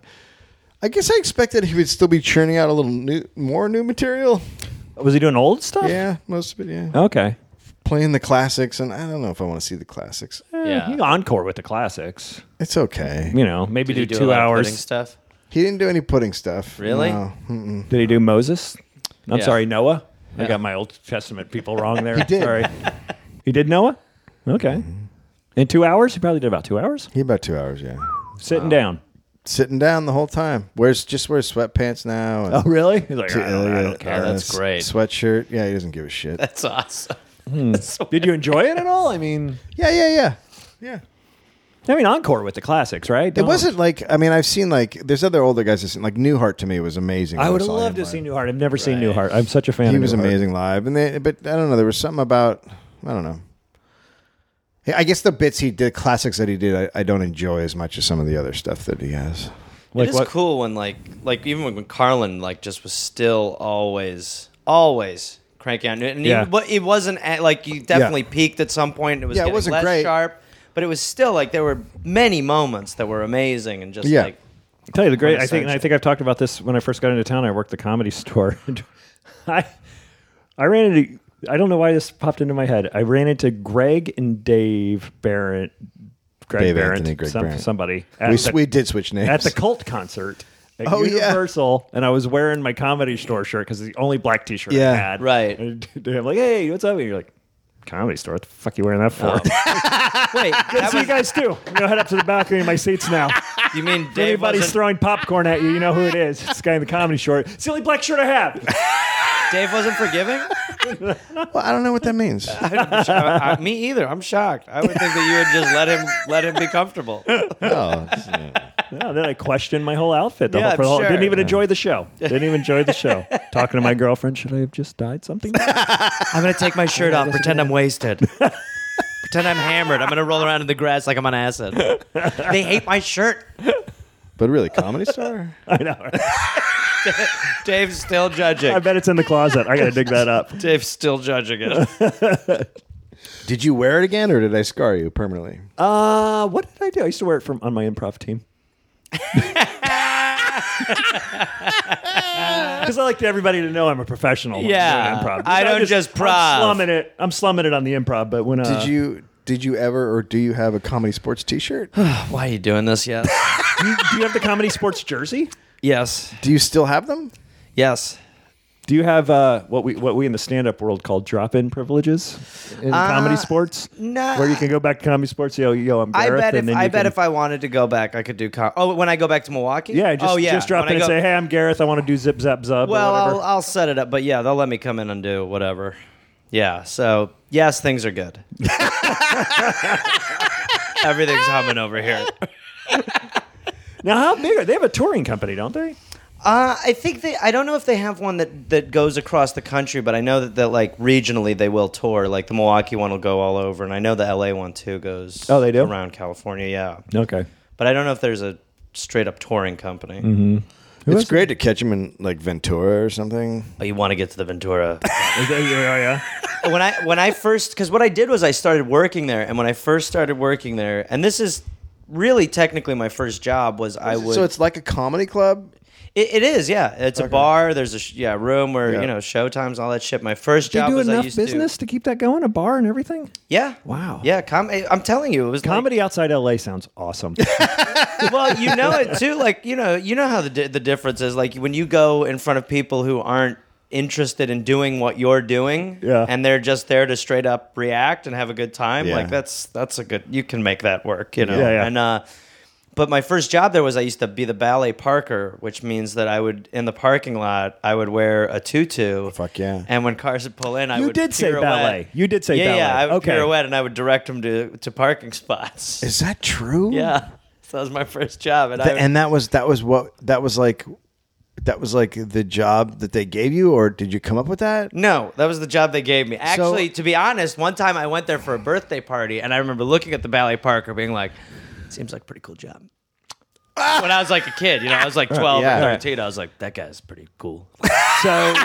S6: I guess I expected he would still be churning out a little new, more new material.
S4: Was he doing old stuff?
S6: Yeah, most of it. Yeah,
S4: Okay.
S6: playing the classics, and I don't know if I want to see the classics.
S5: Yeah.
S4: You can Eh, encore with the classics.
S6: It's okay.
S4: You know, maybe
S5: Did you
S4: do,
S5: do a
S4: two
S5: lot of pudding
S4: hours.
S5: stuff?
S6: He didn't do any pudding stuff.
S5: Really?
S6: No.
S4: Did he do Moses? I'm
S5: Yeah.
S4: sorry, Noah. I got my Old Testament people wrong there. he
S6: did. Mm-hmm.
S4: Sorry. He did Noah? Okay. In two hours? He probably did about two hours.
S6: He about two hours. Yeah,
S4: Sitting down.
S6: sitting down the whole time. Wears just wears sweatpants now. and-
S4: Oh, really? He's like, I don't, I
S6: Uh,
S4: don't care.
S6: uh,
S5: That's
S6: s-
S5: great.
S6: Sweatshirt. Yeah, he doesn't give a shit.
S5: That's awesome.
S4: Did you enjoy it at all? I mean,
S6: yeah, yeah, yeah. Yeah.
S4: I mean, encore with the classics, right?
S6: It wasn't like I mean I've seen like there's other older guys that seen, like Newhart to me was amazing. when
S4: I would have
S6: saw
S4: loved
S6: him
S4: to see
S6: live.
S4: Newhart. I've never seen Newhart. I'm such a fan.
S6: He
S4: of
S6: was
S4: Newhart.
S6: amazing live, and they, but I don't know there was something about I don't know. Yeah, I guess the bits he did, classics that he did, I, I don't enjoy as much as some of the other stuff that he has.
S4: Like
S5: it is
S4: what-
S5: cool when like like even when Carlin like just was still always always cranking out new and
S4: Yeah.
S5: yeah. but it wasn't at, like you definitely peaked at some point and it was
S6: Yeah, it
S5: getting
S6: wasn't
S5: less
S6: great.
S5: sharp but it was still like there were many moments that were amazing and just
S6: Yeah.
S5: like
S4: I tell you the great. I think.
S5: Quintessential.
S4: And I think I've talked about this when I first got into town. I worked the comedy store. And I I ran into. I don't know why this popped into my head. I ran into Greg and Dave Barrett. Greg
S6: Dave
S4: Barrett,
S6: Anthony, Greg Barrett.
S4: somebody.
S6: we,
S4: the-
S6: we did switch names.
S4: at the cult concert at
S6: Oh, yeah.
S4: Universal, and I was wearing my comedy store shirt because the only black T-shirt
S6: Yeah.
S4: I had.
S5: Right.
S4: And I'm like, hey, what's up? And you're like, comedy store. What the fuck you wearing that for?
S5: wait that
S4: That's what
S5: was,
S4: you guys do. I'm gonna head up to the balcony of my seats now. If
S5: you mean Dave
S4: anybody's
S5: wasn't-
S4: throwing popcorn at you, you know who it is. It's the guy in the comedy short. It's the only black shirt I have.
S5: Dave wasn't forgiving
S6: well, I don't know what that means.
S5: I- I- me either I'm shocked I would think that you would just let him let him be comfortable
S6: oh,
S4: Yeah, then I questioned my whole outfit. The
S5: Yeah,
S4: whole, for
S5: I'm
S4: the whole, Didn't
S5: sure.
S4: even enjoy the show. Didn't even enjoy the show. Talking to my girlfriend, should I have just dyed something?
S5: I'm gonna take my shirt off, pretend I'm wasted. pretend I'm hammered. I'm gonna roll around in the grass like I'm on acid. they hate my shirt.
S6: But really, comedy star?
S4: I know. right?
S5: Dave's still judging.
S4: I bet it's in the closet. I gotta dig that up.
S5: Dave's still judging it.
S6: Did you wear it again, or did I scar you permanently?
S4: Uh, what did I do? I used to wear it from on my improv team. Because I like everybody to know I'm a professional. when I'm
S5: Yeah.
S4: doing improv.
S5: I
S4: I'm
S5: don't just prov.
S4: I'm slumming it. I'm slumming it on the improv. But when uh,
S6: Did you did you ever or do you have a comedy sports T-shirt?
S5: Why are you doing this? Yes.
S4: do you, do you have the comedy sports jersey?
S5: Yes.
S6: Do you still have them?
S5: Yes.
S4: Do you have uh, what we what we in the stand up world call drop in privileges in
S5: Uh,
S4: comedy sports?
S5: nah.
S4: Where you can go back to comedy sports. Yo, yo, I'm
S5: I
S4: Gareth,
S5: bet
S4: and
S5: if
S4: then
S5: I
S4: you
S5: bet
S4: can-
S5: if I wanted to go back, I could do. Com- oh, when I go back to Milwaukee.
S4: yeah, just,
S5: oh, yeah.
S4: just drop
S5: When
S4: in
S5: I
S4: and
S5: go-
S4: say, hey, I'm Gareth. I want to do zip zap zub.
S5: Well,
S4: or whatever.
S5: I'll, I'll set it up, but yeah, they'll let me come in and do whatever. Yeah. So yes, things are good. Everything's humming over here.
S4: now, how big are they? Have a touring company, don't they?
S5: Uh, I think they. I don't know if they have one that that goes across the country, but I know that that like regionally they will tour. Like the Milwaukee one will go all over, and I know the LA one too goes.
S4: Oh, they do?
S5: around California. Yeah,
S4: Okay.
S5: but I don't know if there's a straight up touring company.
S4: Mm-hmm.
S6: it's great to catch them in like Ventura or something.
S5: But you want to get to the Ventura.
S4: Is that, yeah, yeah.
S5: when I when I first because what I did was I started working there, and when I first started working there, and this is really technically my first job was I would.
S6: So it's like a comedy club.
S5: it, it is yeah. It's a bar. There's a sh- yeah room where
S6: Yeah.
S5: you know showtimes all that shit. My first
S4: They
S5: job
S4: do
S5: was I
S4: enough
S5: used
S4: business
S5: to
S4: to, keep that going, a bar and everything.
S5: yeah
S4: Wow.
S5: yeah. Com- I'm telling you, it was like-
S4: Comedy outside LA sounds awesome.
S5: well, you know it too. Like you know, you know how the di- the difference is. Like when you go in front of people who aren't interested in doing what you're doing,
S4: Yeah.
S5: and they're just there to straight up react and have a good time.
S6: Yeah.
S5: Like that's that's a good. You can make that work. You know,
S4: Yeah, yeah.
S5: and uh. But my first job there was I used to be the ballet parker, which means that I would in the parking lot I would wear a tutu.
S6: Fuck yeah.
S5: And when cars would pull in, I
S4: You
S5: would
S4: did say
S5: pirouette.
S4: ballet. You did say
S5: yeah,
S4: ballet.
S5: Yeah, I would
S4: Okay.
S5: pirouette and I would direct them to to parking spots.
S6: Is that true?
S5: Yeah. So that was my first job. And,
S6: Th-
S5: I,
S6: and that was that was what that was like. That was like the job that they gave you, or did you come up with that?
S5: no, that was the job they gave me. Actually, to be honest, one time I went there for a birthday party and I remember looking at the ballet parker being like, seems like a pretty cool job. when I was like a kid, you know, I was like 12
S6: Yeah.
S5: or 13. I was like, that guy's pretty cool.
S4: so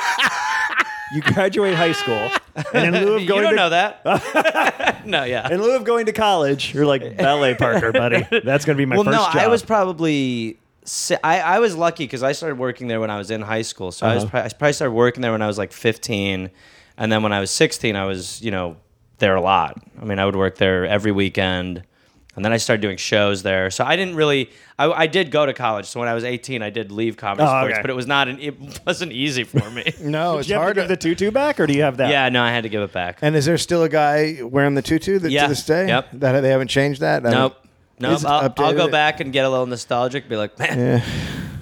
S4: you graduate high school, and in lieu of
S5: you
S4: going
S5: don't
S4: to
S5: know that. no, yeah.
S4: in lieu of going to college, you're like ballet Parker, buddy. That's gonna be my
S5: well,
S4: first
S5: no,
S4: job.
S5: I was probably. si- I, I was lucky because I started working there when I was in high school. So I, was,
S4: Uh-huh.
S5: pri- I probably started working there when I was like 15. And then when I was 16, I was, you know, there a lot. I mean, I would work there every weekend. And then I started doing shows there. So I didn't really, I, I did go to college. So when I was 18, I did leave comedy
S4: Oh,
S5: sports,
S4: okay.
S5: but it was not, an, it wasn't easy for me.
S6: No,
S4: Do you have to give the tutu back, or do you have that?
S5: yeah, no, I had to give it back.
S6: And is there still a guy wearing the tutu that,
S5: Yeah.
S6: to this day?
S5: Yep.
S6: That they haven't changed that. I
S5: nope.
S6: don't-
S5: Nope.
S6: Is it
S5: I'll, I'll
S6: updated?
S5: go back and get a little nostalgic, be like, man,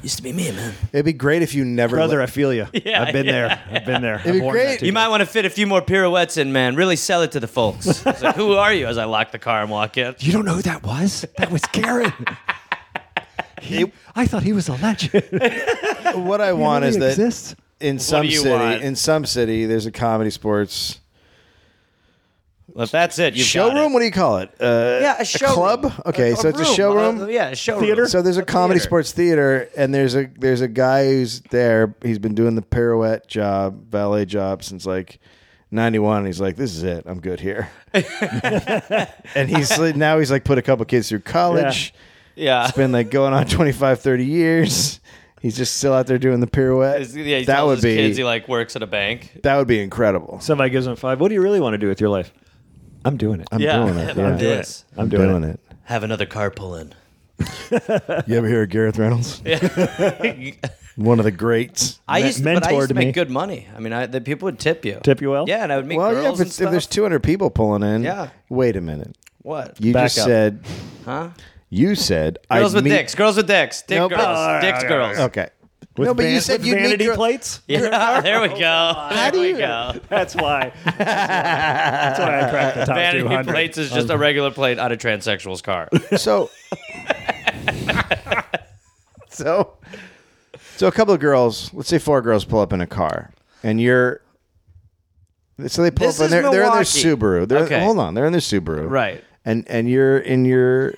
S5: used to be me, man.
S6: It'd be great if you never.
S4: brother, I
S6: let-
S4: feel you.
S5: Yeah,
S4: I've been
S5: yeah.
S4: there. I've been there.
S6: It'd be
S4: I've worn that
S6: great.
S4: tutu.
S5: You might want to fit a few more pirouettes in, man. Really sell it to the folks. I was like, who are you? As I lock the car and walk in.
S4: You don't know who that was? That was Garrett. He- I thought he was a legend.
S6: what I want is that in some
S5: you
S6: city,
S5: want?
S6: in some city, there's a comedy sports
S5: Well, if that's it, you
S6: showroom. What do you call it? Uh,
S5: Yeah, a showroom.
S6: club? Okay, so it's a showroom?
S5: Uh, yeah, a showroom.
S4: Theater?
S6: So there's a comedy
S5: theater.
S6: sports theater, and there's a there's a guy who's there. He's been doing the pirouette job, ballet job since like '91. And he's like, "This is it. I'm good here." and he's like- now he's like put a couple kids through college.
S5: Yeah.
S6: It's been like going on 25, 30 years. He's just still out there doing the pirouette.
S5: He's- yeah, he
S6: that
S5: tells
S6: would
S5: his
S6: be
S5: kids he like works at a bank.
S6: that would be incredible.
S4: Somebody gives him five. What do you really want to do with your life? I'm doing it. I'm
S5: Yeah.
S6: doing it,
S5: I'm doing
S6: yeah.
S4: it.
S5: it.
S4: I'm doing, it.
S5: Have another car pull in.
S6: You ever hear of Gareth Reynolds? One of the greats.
S5: I
S4: Me-
S5: used to, but I
S4: mentor
S5: used to
S4: to
S5: make
S4: me.
S5: good money. I mean, I, the people would tip you.
S4: Tip you well?
S5: Yeah, and I would meet
S6: Well,
S5: girls
S6: yeah, if,
S5: and
S6: it's, if
S5: stuff.
S6: there's 200 people pulling in,
S5: Yeah.
S6: Wait a minute.
S5: what?
S6: You
S4: Back
S6: just
S4: up.
S6: said
S5: huh?
S6: You said
S5: Girls
S6: I
S5: with
S6: meet-
S5: dicks. Girls with dicks. Dick
S6: Nope.
S5: girls.
S4: Oh, yeah,
S5: Dicks
S4: yeah,
S5: girls.
S4: yeah.
S6: Okay.
S4: With
S6: no, but you
S4: van-
S6: said
S4: with
S6: you
S4: vanity
S6: need your,
S4: plates.
S5: Yeah, there we go. there
S6: do
S5: we
S6: you-
S5: go.
S4: That's why. That's why I cracked the top
S5: Vanity
S4: 200.
S5: plates is just a regular plate on a transsexual's car.
S6: So so, so a couple of girls, let's say four girls, pull up in a car, and you're. So they pull
S5: This
S6: up,
S5: is
S6: and they're, they're in their
S5: Milwaukee.
S6: Subaru. They're
S5: Okay.
S6: hold on, they're in their Subaru,
S5: Right.
S6: And and you're in your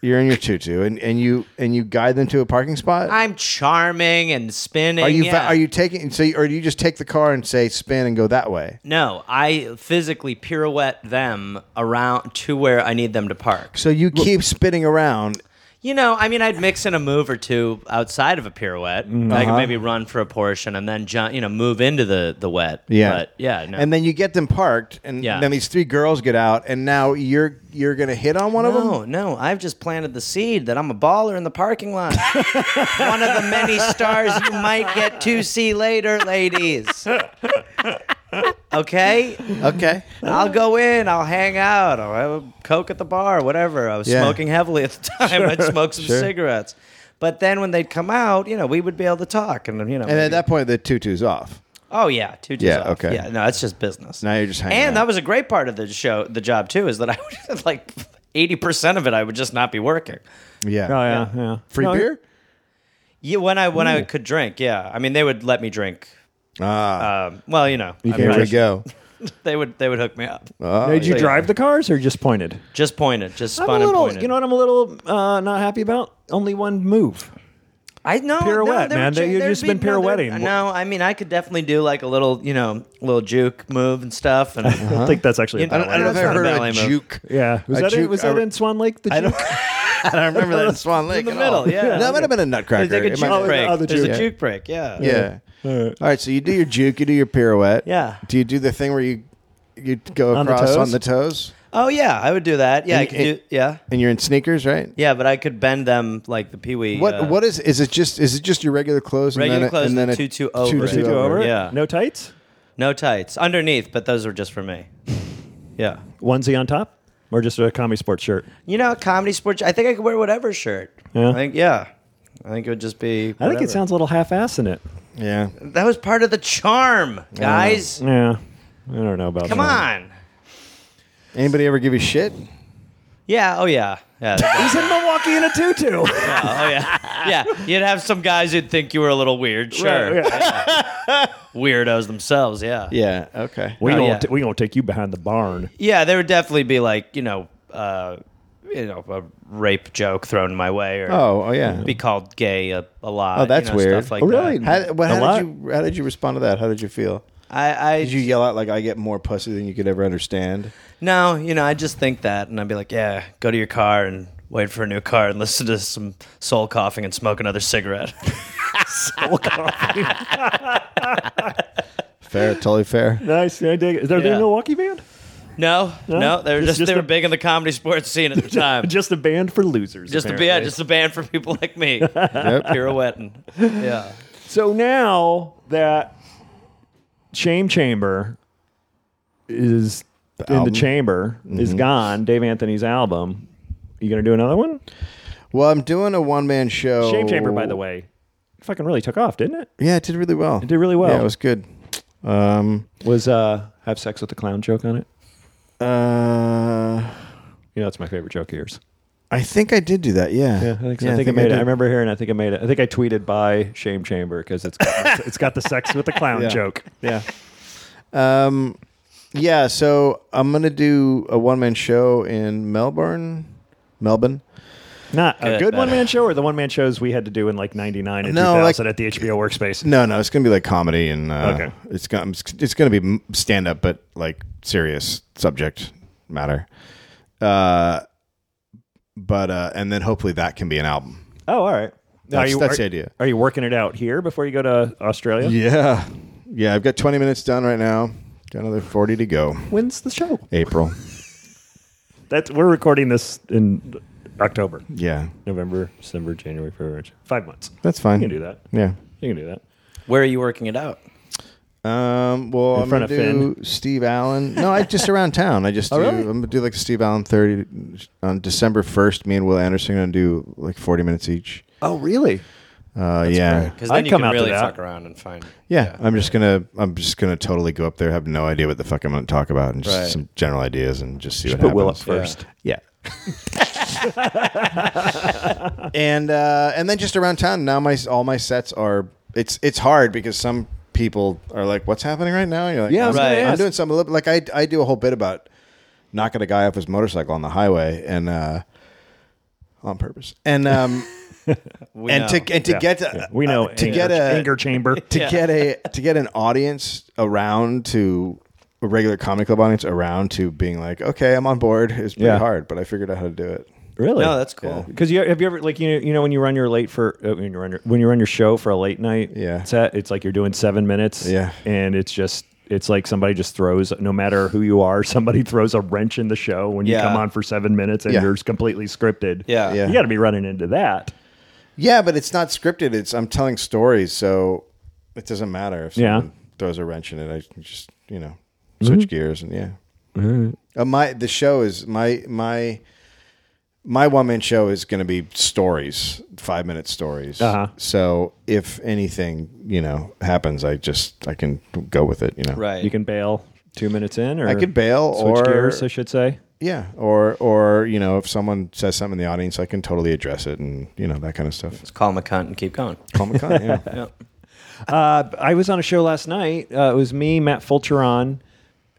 S6: you're in your tutu, and, and you and you guide them to a parking spot.
S5: I'm charming and spinning.
S6: are you fa-
S5: yeah.
S6: are you taking so you, or do you just take the car and say spin and go that way?
S5: No, I physically pirouette them around to where I need them to park.
S6: So you keep spinning around.
S5: You know, I mean, I'd mix in a move or two outside of a pirouette. I
S6: Uh-huh.
S5: could maybe run for a portion and then jump, you know, move into the the wet.
S6: Yeah,
S5: but yeah, no.
S6: And then you get them parked, and
S5: Yeah.
S6: then these three girls get out, and now you're you're gonna hit on one of them.
S5: no, no, I've just planted the seed that I'm a baller in the parking lot. One of the many stars you might get to see later, ladies. Okay,
S6: Okay.
S5: I'll go in. I'll hang out. I'll have a coke at the bar, whatever. I was
S6: Yeah.
S5: smoking heavily at the time. I'd smoke some cigarettes. But then when they'd come out, you know, we would be able to talk, and you know,
S6: And at
S5: maybe-
S6: that point, the tutu's off.
S5: oh yeah, two days
S6: Yeah,
S5: off.
S6: okay.
S5: yeah, no, that's just business.
S6: Now you're just hanging.
S5: and
S6: out.
S5: that was a great part of the show, the job too, is that I would like eighty percent of it, I would just not be working.
S6: yeah.
S4: Oh yeah, yeah.
S6: Free
S4: No,
S6: beer.
S5: Yeah, when I when I could drink, yeah, I mean they would let me drink.
S6: Ah,
S5: Um, well, you know, I mean,
S6: here
S5: I-
S6: we go.
S5: They would they would hook me up.
S4: Did you
S5: yeah.
S4: drive the cars or just pointed?
S5: Just pointed, just spun
S4: Uh. I'm Oh, a
S5: and
S4: little.
S5: pointed.
S4: You know what I'm a little uh, not happy about? Only one move.
S5: I know
S4: Pirouette,
S5: no, there
S4: man.
S5: would ju-
S4: You've
S5: there'd
S4: just been
S5: no, there-
S4: pirouetting.
S5: No, I mean I could definitely do like a little, you know, little juke move and stuff. And
S4: I don't think that's actually. A
S5: You know,
S4: ballet.
S5: I don't-
S6: I've
S5: That's not a
S6: ever heard
S5: ballet
S6: of
S5: move.
S6: juke.
S4: yeah, was
S6: A
S4: that
S6: juke-
S4: it? Was that
S6: I-
S4: in Swan Lake? The
S6: I don't.
S4: juke?
S6: I don't remember that in Swan Lake.
S5: the
S6: at all.
S5: middle, yeah.
S6: That might have been a
S5: there's
S6: nutcracker.
S5: like a
S6: It
S5: juke
S6: might-
S4: Oh,
S5: break.
S4: oh, the
S5: there's
S4: juke.
S5: a juke break. Yeah.
S6: Yeah.
S4: All right.
S6: All right. So you do your juke. You do your pirouette.
S5: Yeah.
S6: Do you do the thing where you you go
S4: On the
S6: across
S4: toes?
S6: on the toes?
S5: Oh yeah, I would do that. Yeah,
S6: And
S5: I
S6: you-
S5: could do. Yeah.
S6: And you're in sneakers, right?
S5: Yeah, but I could bend them like the pee wee. uh,
S6: What what is is it just is it just your regular clothes and
S5: Regular
S6: then a-
S5: clothes
S6: and
S5: and
S6: then a
S5: tutu over it.
S4: Did you
S5: Tutu
S4: go over it?
S5: Yeah.
S4: No tights.
S5: No tights underneath, but those were just for me. Yeah.
S4: Onesie on top, or just a commie sports shirt.
S5: You know, comedy sports. I think I could wear whatever shirt.
S4: Yeah.
S5: I think yeah. I think it would just be.
S4: I think it sounds a little half-ass in it.
S6: Yeah.
S5: that was part of the charm, guys.
S4: Yeah. I don't know about.
S5: Come
S4: that.
S5: on.
S6: Anybody ever give you shit?
S5: Yeah. Oh yeah. Yeah. yeah.
S4: He's in Milwaukee in a tutu.
S5: Oh yeah. Yeah. You'd have some guys who'd think you were a little weird. Sure.
S4: Right, yeah.
S5: Weirdos themselves. Yeah.
S6: Yeah. Okay.
S4: We
S5: Oh,
S4: gonna
S5: yeah.
S4: t- we gonna take you behind the barn.
S5: Yeah, there would definitely be like you know, uh, you know, a rape joke thrown my way, or
S6: Oh. Oh yeah.
S5: be called gay a, a lot.
S6: Oh, that's
S5: you know,
S6: weird.
S5: Stuff like
S4: Oh, really?
S5: that.
S6: How, well,
S4: A
S6: how
S4: lot.
S6: did you how did you respond to that? How did you feel?
S5: I, I
S6: Did you yell out like I get more pussy than you could ever understand?
S5: no, you know, I just think that, and I'd be like, yeah, go to your car and wait for a new car and listen to some soul coughing and smoke another cigarette.
S6: Fair, totally fair.
S4: Nice. I dig it. Are they
S5: Yeah.
S4: a Milwaukee band?
S5: no, no, they were
S4: It's
S5: just,
S4: just
S5: they were
S4: a-
S5: big in the comedy sports scene at the time.
S4: Just a band for losers.
S5: Just a
S4: apparently.
S5: yeah, just a band for people like me, pirouetting. Yeah.
S4: So now that Shame Chamber is in
S6: album?
S4: the chamber is gone, Dave Anthony's album. You gonna do another one?
S6: Well, I'm doing a one man show.
S4: Shame Chamber, by the way, fucking really took off, didn't it?
S6: Yeah, it did really well. It
S4: did really well.
S6: Yeah, it was good. Um,
S4: Was uh have sex with the clown joke on it?
S6: uh,
S4: You know, that's my favorite joke of yours.
S6: I think I did do that. Yeah.
S4: Yeah, I think, so. I, think I made it. I remember hearing. I think I made it. I think I tweeted by Shame Chamber because it's got, it's got the sex with the clown
S6: Yeah.
S4: joke.
S6: Yeah. Um, yeah. So I'm gonna do a one man show in Melbourne, Melbourne.
S4: Not a
S5: Good,
S4: good
S5: better.
S4: one man show or the one man shows we had to do in like '99 and
S6: No,
S4: 2000
S6: like-
S4: at the HBO workspace.
S6: No, no, it's gonna be like comedy and uh,
S4: Okay.
S6: it's gonna it's gonna be stand up, but like serious subject matter. Uh, but uh, and then hopefully that can be an album.
S4: Oh, all right. Now,
S6: That's- that's
S4: are,
S6: the idea.
S4: Are you working it out here before you go to Australia?
S6: Yeah, yeah. I've got 20 minutes done right now. Got another 40 to go.
S4: When's the show?
S6: April.
S4: That's we're recording this in October,
S6: Yeah,
S4: November, December, January, February, March. five months.
S6: that's fine.
S4: You can do that.
S6: Yeah.
S4: You can do that.
S5: Where are you working it out?
S6: Um, well, I'm
S4: front
S6: gonna
S4: of
S6: do Steve Allen. No, I just around town. I just do,
S4: really?
S6: I'm gonna do like a Steve Allen 30 on December 1st. Me and Will Anderson are gonna do like 40 minutes each.
S4: Oh, really?
S6: Uh, yeah.
S5: Because
S4: I'd
S5: then you
S4: come
S5: can
S4: out to
S5: really
S4: that.
S5: fuck around and find.
S6: yeah, I'm just gonna I'm just gonna totally go up there, have no idea what the fuck I'm gonna talk about, and just
S5: Right.
S6: some general ideas and just see
S4: Should
S6: what
S4: put Will up
S6: happens.
S4: first.
S6: Yeah. and uh, and then just around town now my all my sets are it's it's hard because some people are like what's happening right now And you're like
S4: Yeah, I
S6: I'm,
S4: was gonna
S6: I'm
S4: ask.
S6: doing something a little- like I, I do a whole bit about knocking a guy off his motorcycle on the highway and uh, on purpose and um
S5: We
S6: and
S5: know.
S6: to and to
S4: Yeah,
S6: get
S4: yeah. we know
S6: uh, to
S4: anger,
S6: get a
S4: anger chamber.
S6: to get a to get an audience around to a regular comedy club audience around to being like okay I'm on board is pretty
S4: Yeah.
S6: hard but I figured out how to do it
S4: Really?
S5: No, that's cool.
S4: Because you have you ever like you know, you know when you run your late for uh, when you run your, when you run your show for a late night
S6: Yeah.
S4: set, it's like you're doing seven minutes.
S6: Yeah.
S4: and it's just it's like somebody just throws no matter who you are, somebody throws a wrench in the show when you
S5: Yeah.
S4: come on for seven minutes and
S6: Yeah.
S4: you're completely scripted.
S5: Yeah.
S6: Yeah.
S4: you got to be running into that.
S6: Yeah, but it's not scripted. It's I'm telling stories, so it doesn't matter if
S4: Yeah. Mm-hmm.
S6: someone throws a wrench in it. I can just you know switch gears and yeah. Uh, my the show is my my my one man show is going to be stories, five minute stories.
S4: Uh-huh.
S6: So if anything you know happens, I just I can go with it. You know,
S5: Right.
S4: You can bail two minutes in, or
S6: I could bail
S4: switch
S6: or-
S4: gears, I should say.
S6: Yeah, or or you know if someone says something in the audience, I can totally address it and you know that kind of stuff.
S5: Just call him a cunt and keep going.
S4: Oh,
S6: Comic Con, yeah.
S4: Uh, I was on a show last night. Uh, it was me, Matt Fulcheron,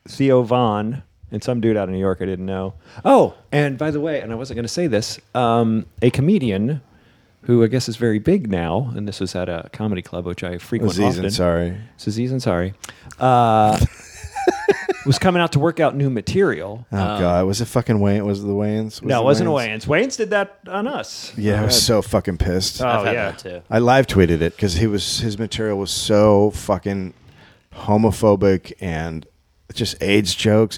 S4: Theo Vaughn, and some dude out of New York I didn't know. Oh, and by the way, and I wasn't going to say this, um, a comedian who I guess is very big now, and this was at a comedy club which I frequent
S6: Aziz
S4: often.
S6: Ansari.
S4: So Zizan, sorry. Uh, was coming out to work out new material.
S6: Oh god, was it fucking Wayne? Was it the Wayans? Was
S4: Um, no, it
S6: it
S4: wasn't
S6: Wayans?
S4: Wayans. Wayans did that on us.
S6: Yeah, I was so fucking pissed.
S4: Oh,
S5: I've had
S4: yeah.
S5: that too.
S6: I live tweeted it because he was his material was so fucking homophobic and just AIDS jokes,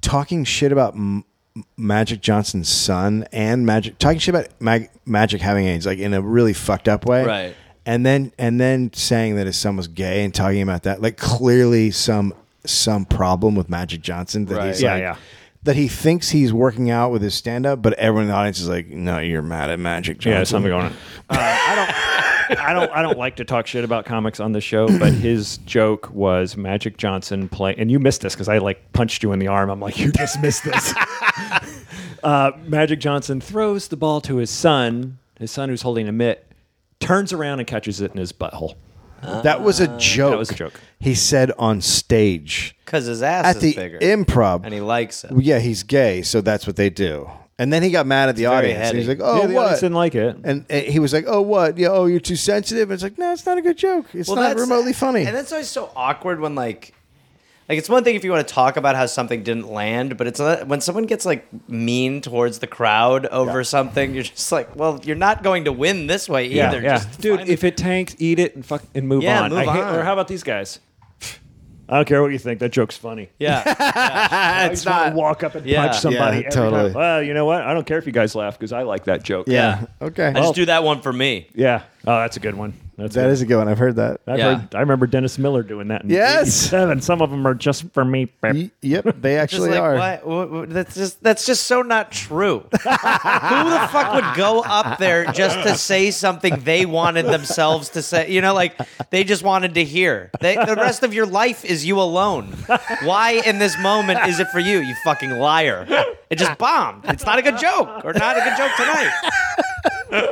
S6: talking shit about M- M- Magic Johnson's son and Magic talking shit about Mag- Magic having AIDS like in a really fucked up way,
S5: Right.
S6: And then and then saying that his son was gay and talking about that like clearly some some problem with Magic Johnson that
S5: Right.
S6: he's
S4: Yeah,
S6: like,
S4: yeah.
S6: That he thinks he's working out with his stand up, but everyone in the audience is like, no, you're mad at Magic Johnson.
S4: Yeah, something going on. Uh, I don't, I don't, I don't like to talk shit about comics on the show, but his joke was Magic Johnson play, and you missed this because I like punched you in the arm. I'm like, you just missed this. uh, Magic Johnson throws the ball to his son, his son who's holding a mitt, turns around and catches it in his butthole.
S6: That was a joke.
S4: That was a joke.
S6: He said on stage
S5: Because his ass
S6: at
S5: is
S6: the
S5: bigger.
S6: improv.
S5: and he likes it.
S6: yeah, he's gay, so that's what they do. And then he got mad at the
S5: very
S6: audience. He's like,
S5: heady.
S6: "Oh,
S4: yeah, the audience
S6: what?"
S4: didn't like it.
S6: and uh, he was like, "Oh, what? Yeah, oh, you're too sensitive." And it's like, "No, it's not a good joke. It's not remotely funny."
S5: And that's always so awkward when like like it's one thing if you want to talk about how something didn't land, but it's not, when someone gets like mean towards the crowd over something, you're just like, well, you're not going to win this way either. Just
S4: dude.
S5: find-
S4: If it tanks, eat it and fuck and move
S5: Yeah,
S4: on.
S5: move
S4: I hate-
S5: on.
S4: or how about these guys? I don't care what you think. That joke's funny.
S5: yeah,
S4: it's not walk up and
S5: Yeah.
S4: punch somebody.
S6: Yeah,
S4: every
S6: totally.
S4: time. Well, you know what? I don't care if you guys laugh because I like that joke.
S6: yeah. Okay.
S5: I just do that one for me.
S4: yeah. Oh, that's a good one. That's
S6: that
S4: good.
S6: is a good one. I've heard that.
S4: I've
S5: Yeah.
S4: heard, I remember Dennis Miller doing that. In
S6: Yes.
S4: 87. Some of them are just for me.
S6: Y- yep, they
S5: Just
S6: actually
S5: like,
S6: are.
S5: what? What- what- That's just that's just so not true. Who the fuck would go up there just to say something they wanted themselves to say? You know, like they just wanted to hear. They, the rest of your life is you alone. Why in this moment is it for you? You fucking liar! It just bombed. It's not a good joke, or not a good joke tonight.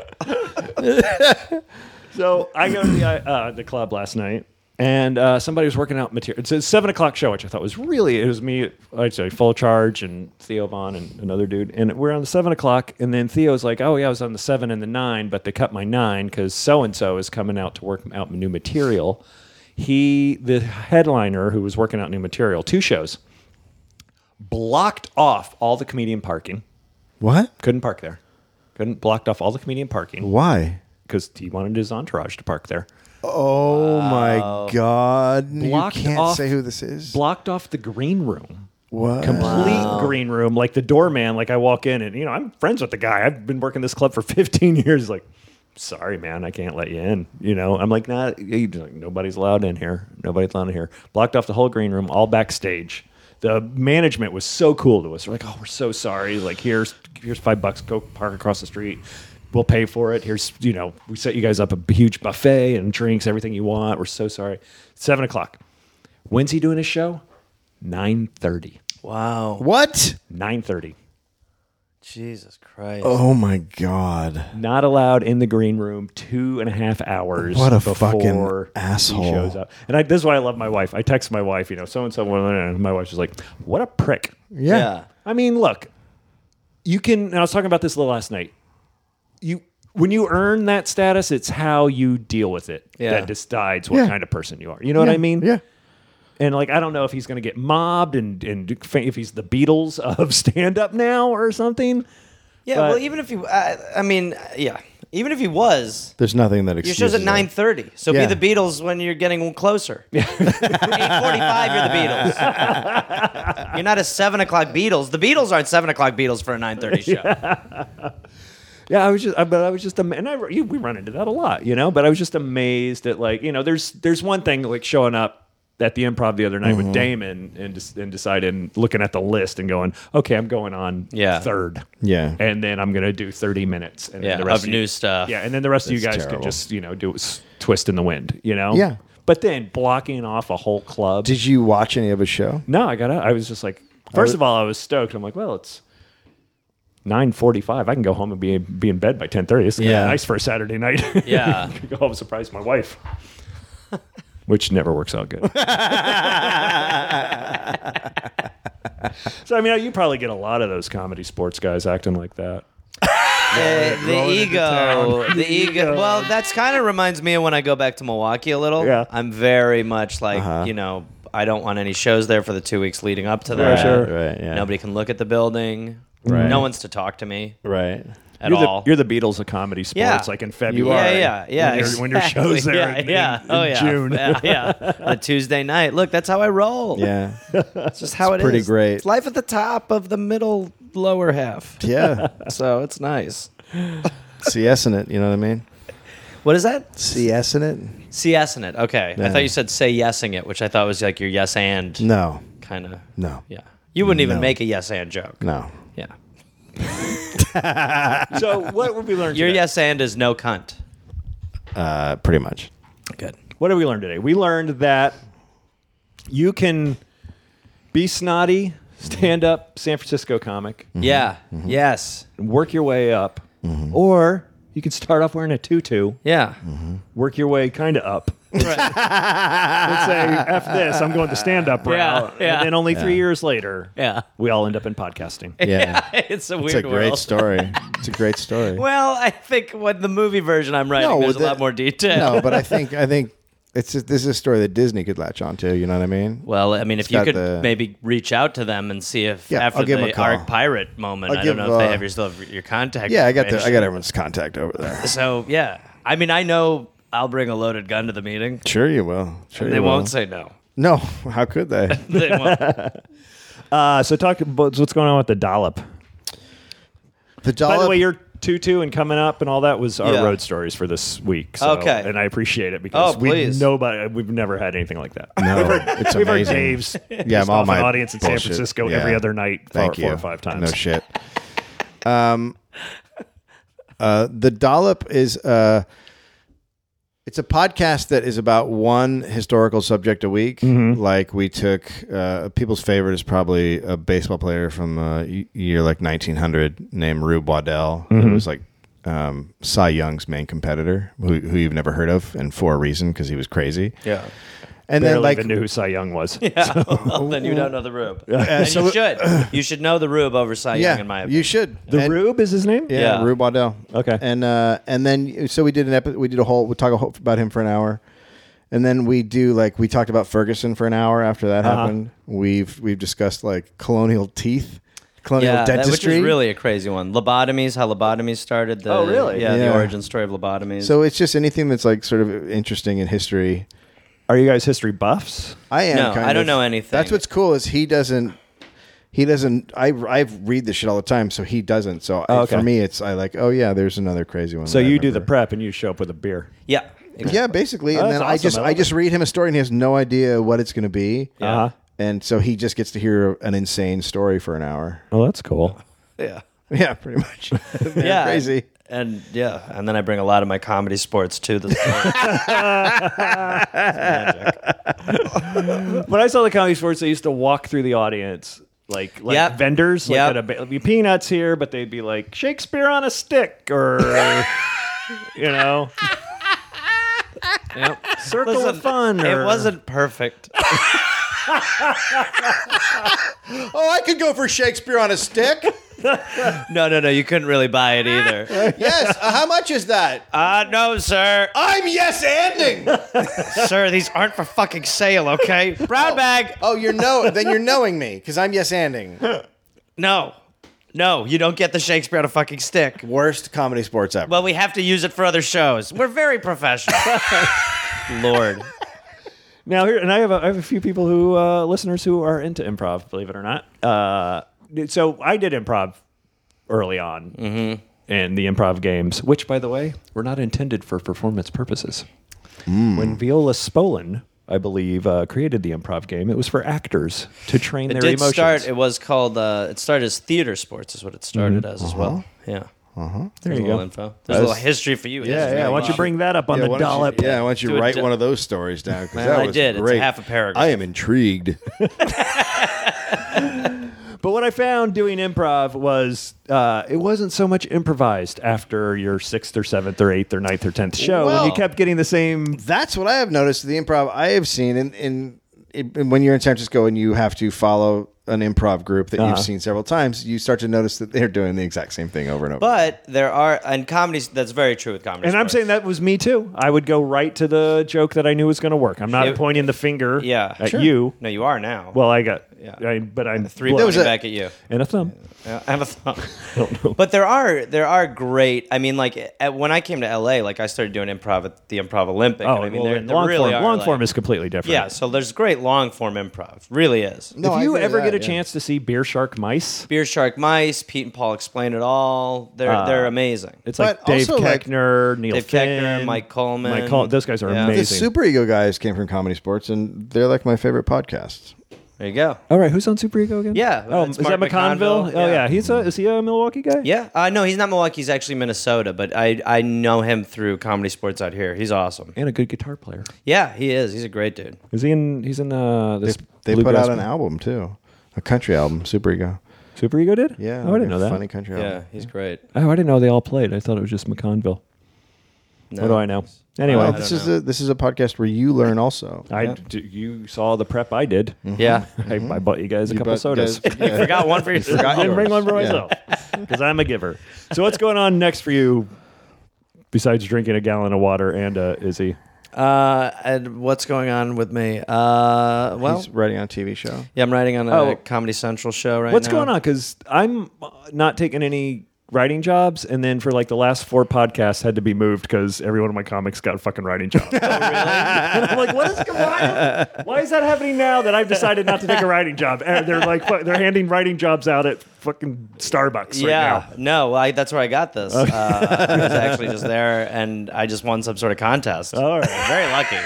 S4: So I go to the, uh, the club last night, and uh, somebody was working out material. It's a seven o'clock show, which I thought was really it was me. I'd say full charge and Theo Vaughn and another dude, and we're on the seven o'clock. And then Theo's like, "Oh yeah, I was on the seven and the nine, but they cut my nine because so and so is coming out to work out new material." He, the headliner who was working out new material, two shows, blocked off all the comedian parking.
S6: What?
S4: Couldn't park there. Couldn't blocked off all the comedian parking
S6: Why?
S4: because he wanted his entourage to park there.
S6: Oh my god!
S4: Blocked
S6: you can't
S4: off-
S6: say who this is.
S4: blocked off the green room.
S6: what?
S4: Complete green room. Like the doorman, like I walk in and, you know, I'm friends with the guy. I've been working this club for 15 years. Like, sorry, man, I can't let you in. You know, I'm like, nah, he's like, nobody's allowed in here. Nobody's allowed in here. Blocked off the whole green room, all backstage. The management was so cool to us. We're like, oh, we're so sorry. Like, here's here's five bucks. Go park across the street. We'll pay for it. Here's, you know, we set you guys up a huge buffet and drinks, everything you want. We're so sorry. Seven o'clock. When's he doing his show? 9.30.
S5: Wow.
S6: What?
S4: 9.30.
S5: Jesus Christ.
S6: Oh my god.
S4: Not allowed in the green room two and a half hours.
S6: What a fucking
S4: before
S6: asshole.
S4: He shows up, and I, this is why I love my wife. I text my wife, you know, so and so. My wife's just like, "What a prick."
S6: Yeah.
S4: I mean, look, you can. And I was talking about this last night. You when you earn that status, it's how you deal with it
S5: Yeah.
S4: that decides what
S6: Yeah.
S4: kind of person you are. You know what I mean?
S6: Yeah.
S4: And like, I don't know if he's going to get mobbed and and fa- if he's the Beatles of stand up now or something.
S5: Yeah,
S4: But-
S5: well, even if you, I, I mean, yeah, even if he was,
S6: There's nothing that
S5: your
S6: excuses
S5: show's at
S6: it.
S5: nine thirty, so
S6: Yeah.
S5: be the Beatles when you're getting closer. Eight forty-five, you're the Beatles. you're not a seven o'clock Beatles. The Beatles aren't seven o'clock Beatles for a nine thirty show.
S4: Yeah, I was just, I- but I was just, am- and I you, we run into that a lot, you know. But I was just amazed at like, you know, there's there's one thing like showing up at the improv the other night
S6: Mm-hmm.
S4: with Damon and just and deciding looking at the list and going, okay, I'm going on
S5: Yeah.
S4: third,
S6: Yeah.
S4: and then I'm gonna do 30 minutes and
S5: Yeah,
S4: then the rest
S5: of
S4: you-
S5: new stuff.
S4: Yeah, and then the rest of you
S6: That's
S4: guys could
S6: terrible.
S4: just you know do s- twist in the wind, you know.
S6: Yeah.
S4: But then blocking off a whole club.
S6: Did you watch any of his show?
S4: No, I got out. I was just like, first of all, I was stoked. I'm like, well, it's nine forty-five. I can go home and be be in bed by ten thirty. This is
S5: Yeah.
S4: yeah. nice for a Saturday night.
S5: Yeah.
S4: Could go home and surprise my wife, which never works out good. so I mean, you probably get a lot of those comedy sports guys acting like that.
S5: the, the ego, the ego. Well, that's kind of reminds me of when I go back to Milwaukee a little.
S4: Yeah. Uh-huh.
S5: I'm very much like you know I don't want any shows there for the two weeks leading up to that.
S4: sure.
S6: Right, yeah.
S5: Nobody can look at the building.
S6: Right.
S5: No one's to talk to me
S6: Right.
S5: at
S4: you're
S5: all.
S4: The, you're the Beatles of comedy sports,
S5: Yeah.
S4: like in
S5: yeah,
S4: February.
S5: yeah, yeah.
S4: When, your- when your
S5: exactly.
S4: show's there
S5: yeah,
S4: in, in-
S5: yeah.
S4: in
S5: oh, yeah.
S4: June.
S5: yeah, yeah. On a Tuesday night. Look, that's how I roll.
S6: Yeah.
S5: it's just how it's
S6: pretty great.
S5: It's life at the top of the middle lower half,
S6: yeah.
S5: so it's nice.
S6: CS in it, you know what I mean?
S5: What is that?
S6: CS in it?
S5: CS in it. Okay. I
S6: Yeah.
S5: thought you said say yesing it, which I thought was like your yes and
S6: No.
S5: kind of.
S6: No.
S5: Yeah. You wouldn't even
S6: No.
S5: make a yes and joke.
S6: No.
S5: Yeah.
S4: So what would we learn?
S5: Your
S4: today?
S5: yes and is no cunt.
S6: Uh, pretty much.
S5: Good.
S4: What did we learn today? We learned that you can be snotty, stand up, San Francisco comic,
S6: Mm-hmm.
S5: Yeah. Yes.
S4: and work your way up, or you can start off wearing a tutu,
S5: Yeah.
S6: Mm-hmm.
S4: work your way kind of up.
S5: Right.
S4: Let's say F this, I'm going to stand up
S5: Yeah,
S4: route,
S5: yeah.
S4: and then only three years later,
S5: Yeah.
S4: we all end up in podcasting.
S6: Yeah.
S5: it's a weird
S6: It's a great
S5: world.
S6: story. It's a great story.
S5: Well, I think what the movie version I'm writing,
S6: No,
S5: there's
S6: the-
S5: a lot more detail.
S6: no, but I think I think it's just, this is a story that Disney could latch onto. You know what I mean?
S5: Well, I mean, if
S6: It's
S5: you
S6: got
S5: could
S6: the-
S5: maybe reach out to them and see if
S6: Yeah,
S5: after
S6: I'll give 'em a
S5: the
S6: call.
S5: Arc Pirate moment,
S6: I'll
S5: I
S6: give,
S5: don't know if they
S6: uh,
S5: have your, still have your contact.
S6: yeah, I got the I
S5: information.
S6: got everyone's contact over there.
S5: So yeah, I mean, I know I'll bring a loaded gun to the meeting.
S6: Sure, you will. Sure,
S5: They
S6: you will.
S5: won't say no.
S6: no. How could they?
S5: They won't.
S4: Uh, so talk about what's going on with the dollop. By
S6: The dollop.
S4: the way, your tutu and coming up and all that was our
S5: Yeah.
S4: road stories for this week. So,
S5: Okay.
S4: and I appreciate it because
S5: Oh,
S4: we
S5: please.
S4: nobody we've never had anything like that.
S6: no, it's
S4: We've heard
S6: amazing.
S4: Dave's
S6: Yeah,
S4: yeah,
S6: I'm all
S4: off
S6: my
S4: an audience in San
S6: bullshit.
S4: Francisco
S6: Yeah.
S4: every other night four,
S6: Thank you.
S4: four or five times.
S6: No shit. Um, uh, the dollop is uh, it's a podcast that is about one historical subject a week.
S4: Mm-hmm.
S6: Like we took uh, people's favorite is probably a baseball player from uh, y- year like 1900 named Rube Waddell.
S4: Mm-hmm.
S6: It was like um, Cy Young's main competitor, who, who you've never heard of, and for a reason because he was crazy.
S5: yeah.
S6: And
S4: Barely
S6: then like
S4: even knew who Cy Young was.
S5: Well, then you don't know the rube. and you should. You should know the rube over Cy
S6: yeah,
S5: Young, in my opinion.
S6: you should
S4: The
S6: And-
S4: Rube is his name.
S6: Yeah,
S5: Yeah.
S6: Rube Waddell.
S4: Okay.
S6: And uh, and then so we did an episode. We did a whole. We talk a whole, about him for an hour, and then we do like we talked about Ferguson for an hour after that
S5: Uh-huh.
S6: happened. We've we've discussed like colonial teeth, colonial
S5: yeah, that,
S6: dentistry.
S5: which is really a crazy one. Lobotomies, how lobotomies started. The,
S4: Oh, really?
S5: Yeah,
S6: Yeah.
S5: the origin story of lobotomies.
S6: so it's just anything that's like sort of interesting in history.
S4: Are you guys history buffs?
S6: I am.
S5: No,
S6: kind
S5: I don't
S6: of-
S5: know anything.
S6: That's what's cool is he doesn't. He doesn't. I I read this shit all the time, so he doesn't. So
S5: Oh,
S6: I-
S4: okay.
S6: for me, it's I like. Oh yeah, there's another crazy one.
S4: So
S6: that I
S4: you do the
S6: remember.
S4: prep and you show up with a beer.
S5: yeah. exactly.
S6: Yeah, basically, and
S5: Oh,
S4: that's
S6: then I
S4: awesome.
S6: just
S4: I
S6: I,
S4: love
S6: just read him a story, and he has no idea what it's going to be.
S4: Uh-huh.
S6: And so he just gets to hear an insane story for an hour.
S4: Oh, that's cool.
S5: Yeah.
S6: Yeah, pretty much. They're
S5: Yeah.
S6: crazy.
S5: And yeah, and then I bring a lot of my comedy sports to the
S4: when I saw the comedy sports, I used to walk through the audience like like
S5: Yep.
S4: vendors. Like
S5: Yep.
S4: at a ba- there'd be peanuts here, but they'd be like Shakespeare on a stick or you know. Circle of
S5: Listen,
S4: fun.
S5: It
S4: or-
S5: wasn't perfect.
S6: Oh, I could go for Shakespeare on a stick.
S5: No, no, no. You couldn't really buy it either.
S6: yes. Uh, how much is that?
S5: Uh, no, sir.
S6: I'm yes anding.
S5: sir, these aren't for fucking sale, okay? Brown bag.
S6: Oh, you're no. Then you're knowing me because I'm yes anding.
S5: No. No, you don't get the Shakespeare on a fucking stick.
S6: Worst comedy sports ever.
S5: Well, we have to use it for other shows. We're very professional. Lord.
S4: Now here, and I have a, I have a few people who uh, listeners who are into improv, believe it or not. Uh, so I did improv early on
S5: Mm-hmm.
S4: in the improv games, which, by the way, were not intended for performance purposes. When Viola Spolin, I believe, uh, created the improv game, it was for actors to train
S5: It
S4: their
S5: did
S4: emotions.
S5: start, it was called, uh, it started as theater sports, is what it started as as well. Yeah. Uh-huh. There's
S4: Mm-hmm. you
S5: a little
S4: go.
S5: info. There's a little history for you.
S4: yeah, yeah. Why don't you bring that up on the dollop?
S6: You, yeah, why don't you
S5: Do it
S6: write
S5: d-
S6: one of those stories down? 'cause
S5: Well,
S6: that
S5: I
S6: was
S5: did. It's a
S6: Great.
S5: half a paragraph.
S6: I am intrigued.
S4: But what I found doing improv was uh, it wasn't so much improvised after your sixth or seventh or eighth or ninth or tenth show,
S6: Well-
S4: and you kept getting the same
S6: That's what I have noticed. The improv I have seen in, in, in when you're in San Francisco and you have to follow an improv group that
S4: Uh-huh.
S6: you've seen several times, you start to notice that they're doing the exact same thing over and over.
S5: But there are, and comedies, that's very true with comedy.
S4: And I'm
S5: sports.
S4: saying that was me too. I would go right to the joke that I knew was going to work. I'm not
S5: It-
S4: pointing the finger
S5: Yeah.
S4: at
S5: Sure.
S4: you.
S5: No, you are now.
S4: Well, I got,
S5: Yeah.
S4: I, but I'm
S5: three
S4: well,
S5: pointing
S6: was a-
S5: back at you.
S4: and a thumb.
S5: Yeah, I have a thought. but there are there are great. I mean, like at, when I came to LA, like I started doing improv at the Improv Olympic.
S4: Oh,
S5: and I mean,
S4: well,
S5: there-
S4: and
S5: there
S4: long
S5: really
S4: form.
S5: are,
S4: Long
S5: like-
S4: form is completely different.
S5: yeah. Oh, So there's great long form improv. Really is.
S6: No,
S4: if
S6: I
S4: you
S6: agree with
S4: ever
S6: that,
S4: get a
S6: yeah.
S4: chance to see Beer Shark Mice,
S5: Beer Shark Mice, Pete and Paul explain it all. They're they're amazing.
S4: Ah. it's
S6: But
S4: like Dave
S6: also, like,
S4: Keckner, Neil
S5: Dave
S4: Finn,
S5: Koechner, Mike Coleman.
S4: Mike Col- those guys are
S5: Yeah.
S6: the
S4: amazing.
S6: Super Ego guys came from comedy sports, and they're like my favorite podcasts.
S5: there you go.
S4: All right, who's on Super Ego again?
S5: Yeah,
S4: oh,
S5: it's
S4: is that
S5: Mark
S4: McConville?
S5: McConville.
S4: Oh
S5: Yeah.
S4: yeah, he's a is he a Milwaukee guy?
S5: Yeah, uh, no, he's not Milwaukee. He's actually Minnesota, but I I know him through comedy sports out here. He's awesome.
S4: and a good guitar player.
S5: Yeah, he is. He's a great dude.
S4: Is he in? He's in uh, this.
S6: They put
S4: bluegrass
S6: out an
S4: band.
S6: album too, a country album, Super Ego.
S4: Super Ego did?
S6: Yeah,
S4: Oh, I
S6: like
S4: didn't
S6: a
S4: know that.
S6: Funny country album.
S5: Yeah, he's great.
S4: Oh, I didn't know they all played. I thought it was just McConville.
S5: No.
S4: What do I know?
S6: Well,
S4: Anyway,
S5: I don't
S6: this
S5: know.
S6: is a this is a podcast where you learn also.
S4: I d- you saw the prep I did.
S5: Yeah,
S4: I, I bought you guys a
S6: You
S4: couple
S6: bought-
S4: sodas.
S6: guys- yeah.
S5: forgot one for yourself.
S4: I didn't bring one for
S6: yours. Yeah.
S4: myself because I'm a giver. So what's going on next for you? Besides drinking a gallon of water and uh, Izzy,
S5: Uh, and what's going on with me? Uh, well,
S6: He's writing on a TV show.
S5: yeah, I'm writing on a
S4: Oh.
S5: Comedy Central show right
S4: what's
S5: now.
S4: going on? Because I'm uh, not taking any writing jobs, and then for like the last four podcasts had to be moved because every one of my comics got fucking writing jobs. And I'm like, what is why, why is that happening now that I've decided not to take a writing job? And they're like, fu- they're handing writing jobs out at fucking Starbucks right
S5: yeah,
S4: now.
S5: no, I, that's where I got this. Uh, I was actually just there, and I just won some sort of contest.
S4: All right.
S5: Very lucky.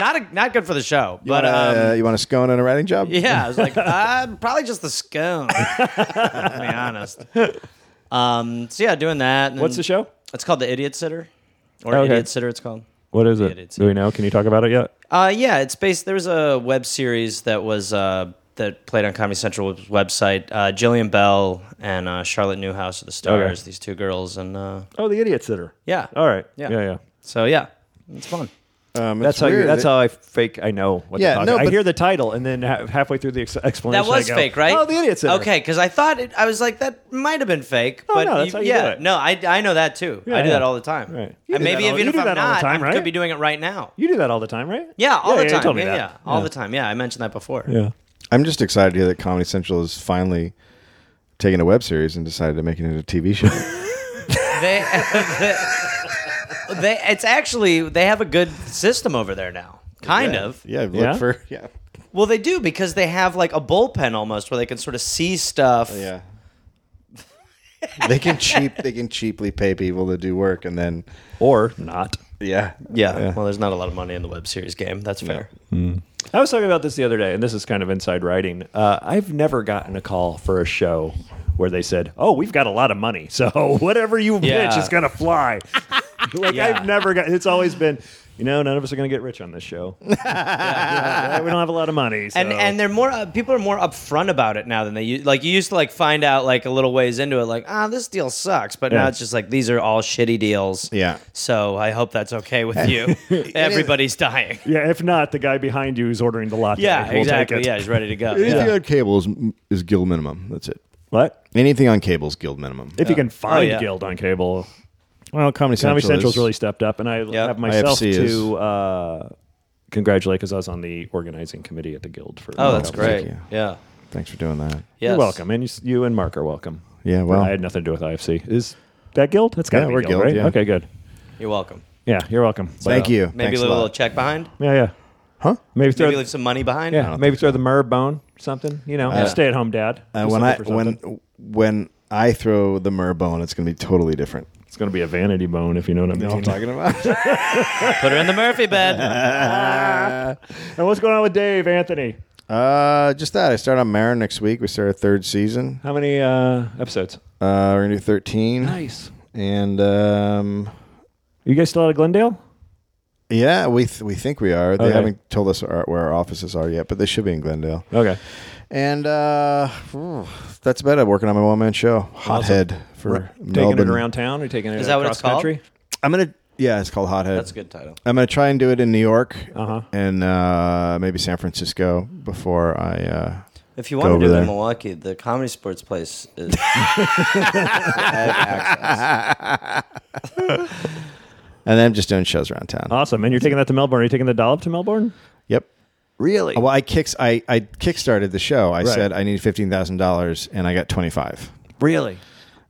S5: Not a, not good for the show, but um,
S6: uh, you want a scone and a writing job?
S5: yeah, I was like, uh, probably just the scone. to be honest. Um, so yeah, doing that. and
S4: What's the
S5: then-
S4: show?
S5: It's called the Idiot Sitter, or
S4: Okay.
S5: Idiot Sitter. It's called.
S4: What is
S5: Yeah,
S4: it?
S5: it's-
S4: Do we know? Can you talk about it yet?
S5: Uh, yeah, it's based. There was a web series that was uh, that played on Comedy Central's website. Uh, Jillian Bell and uh, Charlotte Newhouse are the stars.
S4: Okay.
S5: These two girls, and uh,
S4: Oh, the idiot sitter.
S5: yeah.
S4: All right. Yeah.
S5: Yeah.
S4: Yeah.
S5: So yeah, it's fun.
S6: Um, it's
S4: That's how. You,
S6: weird.
S4: that's how I fake. I know. What
S6: Yeah,
S4: yeah.
S6: no,
S4: I
S6: but-
S4: hear the title, and then ha- halfway through the ex- explanation,
S5: That was
S4: I go,
S5: fake, right?
S4: Oh, the idiot sitter.
S5: Okay, because I thought it, I was like that might have been fake,
S4: Oh,
S5: but
S4: no, that's how you
S5: yeah,
S4: do it.
S5: no, I, I know that too. I do
S4: yeah.
S5: that all the time.
S4: Right. You
S5: And
S4: do
S5: maybe
S4: that all-
S5: even
S4: you
S5: if
S4: do
S5: I'm
S4: that all the
S5: not,
S4: time,
S5: I
S4: right?
S5: could be doing it right now.
S4: You do that all the time, right?
S5: Yeah, all the time.
S4: You told me
S5: yeah,
S4: that.
S5: yeah, all the time. Yeah, I mentioned that before.
S4: Yeah.
S6: I'm just excited to hear that Comedy Central is finally taking a web series and decided to make it into a TV show.
S5: they, they it's actually they have a good system over there now kind of
S6: yeah, look
S4: Yeah?
S6: for yeah,
S5: well they do because they have like a bullpen almost where they can sort of see stuff
S6: yeah. they can cheap they can cheaply pay people to do work and then
S4: Or not.
S6: yeah
S5: yeah. well there's not a lot of money in the web series game that's fair
S4: I was talking about this the other day, and this is kind of inside writing. Uh, I've never gotten a call for a show where they said, "Oh, we've got a lot of money, so whatever you
S5: Yeah.
S4: pitch is gonna fly." like
S5: Yeah.
S4: I've never got. It's always been. you know, none of us are going to get rich on this show. Yeah, we don't have a lot of money.
S5: and
S4: so-
S5: and they're more uh, people are more upfront about it now than they used. Like you used to like find out like a little ways into it, like ah, this deal sucks. But
S4: Yeah.
S5: now it's just like these are all shitty deals.
S6: Yeah.
S5: So I hope that's okay with you. Everybody's dying.
S4: yeah, if not, the guy behind you is ordering the latte.
S5: Yeah,
S4: We'll take
S5: exactly.
S4: it.
S5: Yeah, he's ready to go.
S6: Anything
S5: Yeah.
S6: on cable is, is guild minimum. That's it.
S4: What?
S6: Anything on cable is guild minimum.
S4: If you can find
S5: yeah.
S4: Guild on cable,
S6: well, Comedy Central,
S4: Comedy Central's
S6: is-
S4: really stepped up, and I have myself
S6: IFC is-
S4: to uh, congratulate because I was on the organizing committee at the Guild for.
S5: Oh, that's
S4: Comedy.
S5: great.
S6: you.
S5: Yeah.
S6: Thanks for doing that.
S5: Yes.
S4: You're welcome, and you, s- you and Mark are welcome.
S6: Yeah, well-
S4: I had nothing to do with IFC. Is that Guild? That's got
S6: Yeah,
S4: to be
S6: we're
S4: Guild,
S6: Guild,
S4: right?
S6: yeah.
S4: Okay, good.
S5: You're welcome.
S4: Yeah, you're welcome.
S6: Thank
S4: But, uh,
S6: you.
S5: Maybe
S6: Thanks
S5: leave a little
S6: lot.
S5: check behind.
S4: Yeah, yeah.
S6: Huh?
S4: Maybe throw
S5: Maybe leave some money behind.
S4: yeah, maybe throw the myrrh bone or something. You know, stay at home dad.
S6: Uh,
S4: Do
S6: when
S4: something
S6: I
S4: for
S6: when
S4: something.
S6: when I throw the myrrh bone, it's going to be totally different.
S4: it's gonna be a vanity bone if you know what I mean.
S6: about?
S5: Put her in the Murphy bed.
S4: and what's going on with Dave Anthony?
S6: uh, just that. I start on Marin next week. We start our third season.
S4: How many uh, episodes?
S6: Uh, we're gonna do thirteen.
S4: Nice.
S6: And um,
S4: You guys still out of Glendale?
S6: yeah, we th- we think we are. They
S4: Okay.
S6: haven't told us our, where our offices are yet, but they should be in Glendale.
S4: Okay.
S6: And uh, ooh, that's about it. Working on my one man show, Hothead for
S4: Taking it
S6: Melbourne.
S4: around town or taking it
S5: Is that what
S4: across
S5: it's called?
S4: country?
S6: I'm gonna. Yeah, it's called Hothead.
S5: That's a good title.
S6: I'm gonna try and do it in New York
S4: Uh-huh.
S6: and uh, maybe San Francisco before I. Uh,
S5: If you want
S6: Go
S5: to do it
S6: over there.
S5: in Milwaukee, the comedy sports place is. I
S6: and then I'm just doing shows around town.
S4: Awesome. And you're taking that to Melbourne. Are you taking the dollop to Melbourne?
S6: yep.
S4: Really?
S6: Well, I kicks I I kickstarted the show. I
S4: Right.
S6: said I need fifteen thousand dollars, and I got twenty five.
S4: Really?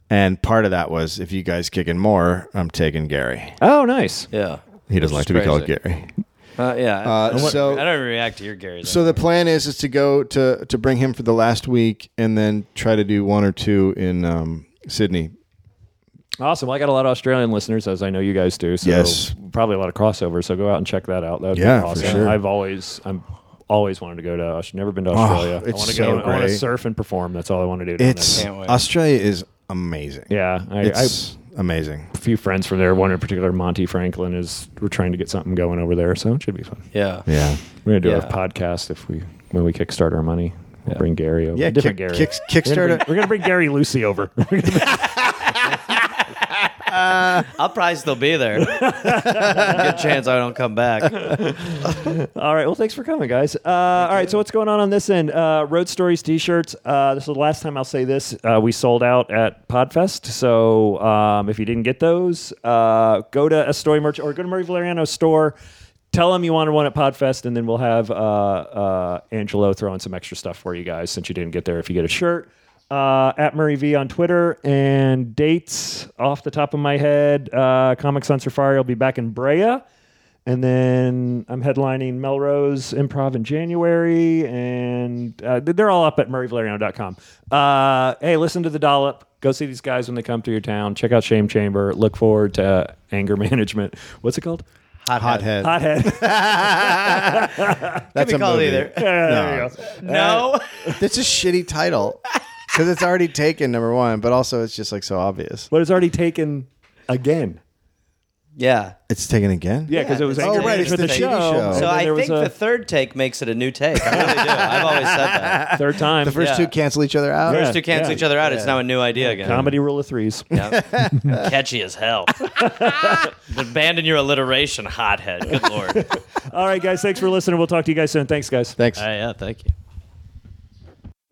S6: And part of that was if you guys kick in more, I'm taking Gary.
S4: Oh, nice.
S5: yeah.
S6: He doesn't like to be
S5: crazy.
S6: called Gary.
S5: Uh, yeah.
S6: Uh,
S5: I don't-
S6: so-
S5: I don't react to your Gary.
S6: So the plan is is to go to to bring him for the last week, and then try to do one or two in um, Sydney.
S4: Awesome. Well, I got a lot of Australian listeners, as I know you guys do. So
S6: Yes.
S4: probably a lot of crossover. So go out and check that out. That'd
S6: Yeah,
S4: be
S6: for
S4: awesome.
S6: sure.
S4: I've always I'm always wanted to go to Australia. Never been to Australia. I
S6: it's
S4: want to
S6: so
S4: go. I want
S6: great.
S4: to surf and perform. That's all I want to do. down
S6: It's
S4: there.
S5: Can't wait.
S6: Australia is amazing.
S4: yeah. I, I have
S6: it's amazing.
S4: a few friends from there. One in particular, Monty Franklin, is we're trying to get something going over there, so it should be fun.
S5: yeah.
S6: Yeah,
S4: We're gonna do
S5: Yeah.
S4: a podcast if we when we kickstart our money. We'll
S5: Yeah.
S4: bring Gary over.
S6: yeah.
S4: Different
S6: Kick,
S4: Gary.
S6: kicks,
S4: We're gonna,
S6: Kickstarter.
S4: bring, we're gonna bring Gary Lucy over.
S5: I'll probably still be there. good chance I don't come back.
S4: all right. Well, thanks for coming, guys. Uh, all right. So what's going on on this end? Uh, Road Stories T-shirts. Uh, this is the last time I'll say this. Uh, we sold out at Podfest. So um, if you didn't get those, uh, go to a story merch or go to Murray Valeriano's store. Tell them you wanted one at Podfest, and then we'll have uh, uh, Angelo throw in some extra stuff for you guys since you didn't get there. If you get a shirt. uh, at Murray V on Twitter and dates off the top of my head. Uh, Comics on Safari will be back in Brea. And then I'm headlining Melrose Improv in January, and uh, they're all up at murrayvaleriano.com. Uh, hey, listen to the dollop. Go see these guys when they come through your town. Check out Shame Chamber. Look forward to uh, anger management. What's it called?
S6: Hothead.
S4: Hothead.
S6: That's
S5: Be called
S6: movie.
S5: either.
S4: There you go.
S5: No.
S6: That's a shitty title because it's already taken number one, but also it's just like so obvious.
S4: But it's already taken again.
S5: yeah.
S6: It's taken again.
S4: Yeah, because
S5: Yeah,
S4: it was
S5: it's
S4: anger
S5: taken. Oh, right,
S4: management
S6: it's the
S4: the
S6: TV show.
S4: show.
S6: And
S5: So
S4: then
S5: I
S4: there was
S5: think the third take makes it a new take. I really do. I've always said that.
S4: a third time.
S6: The first
S5: Yeah.
S6: two cancel each other out.
S4: Yeah.
S5: First two cancel each other out. It's now a new idea again.
S4: comedy rule of threes.
S5: Yeah. Catchy as hell. Abandon your alliteration, hothead. Good lord.
S4: All right, guys. Thanks for listening. We'll talk to you guys soon. Thanks, guys.
S6: Thanks.
S5: Ah, yeah, thank you.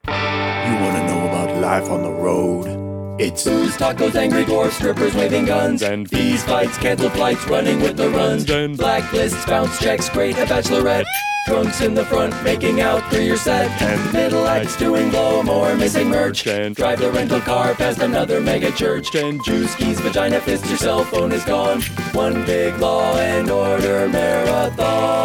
S1: You want to know about life on the road? It's
S2: Booze, tacos, angry dwarfs, strippers waving guns, and bees fights, cancel flights, running with the runs, and blacklists, bounce checks, great a bachelorette, drunks in the front, making out through your set, and middle acts doing blow more, missing merch, and drive the rental car past another mega church, and juice keys, vagina fist, your cell phone is gone, one big law and order marathon.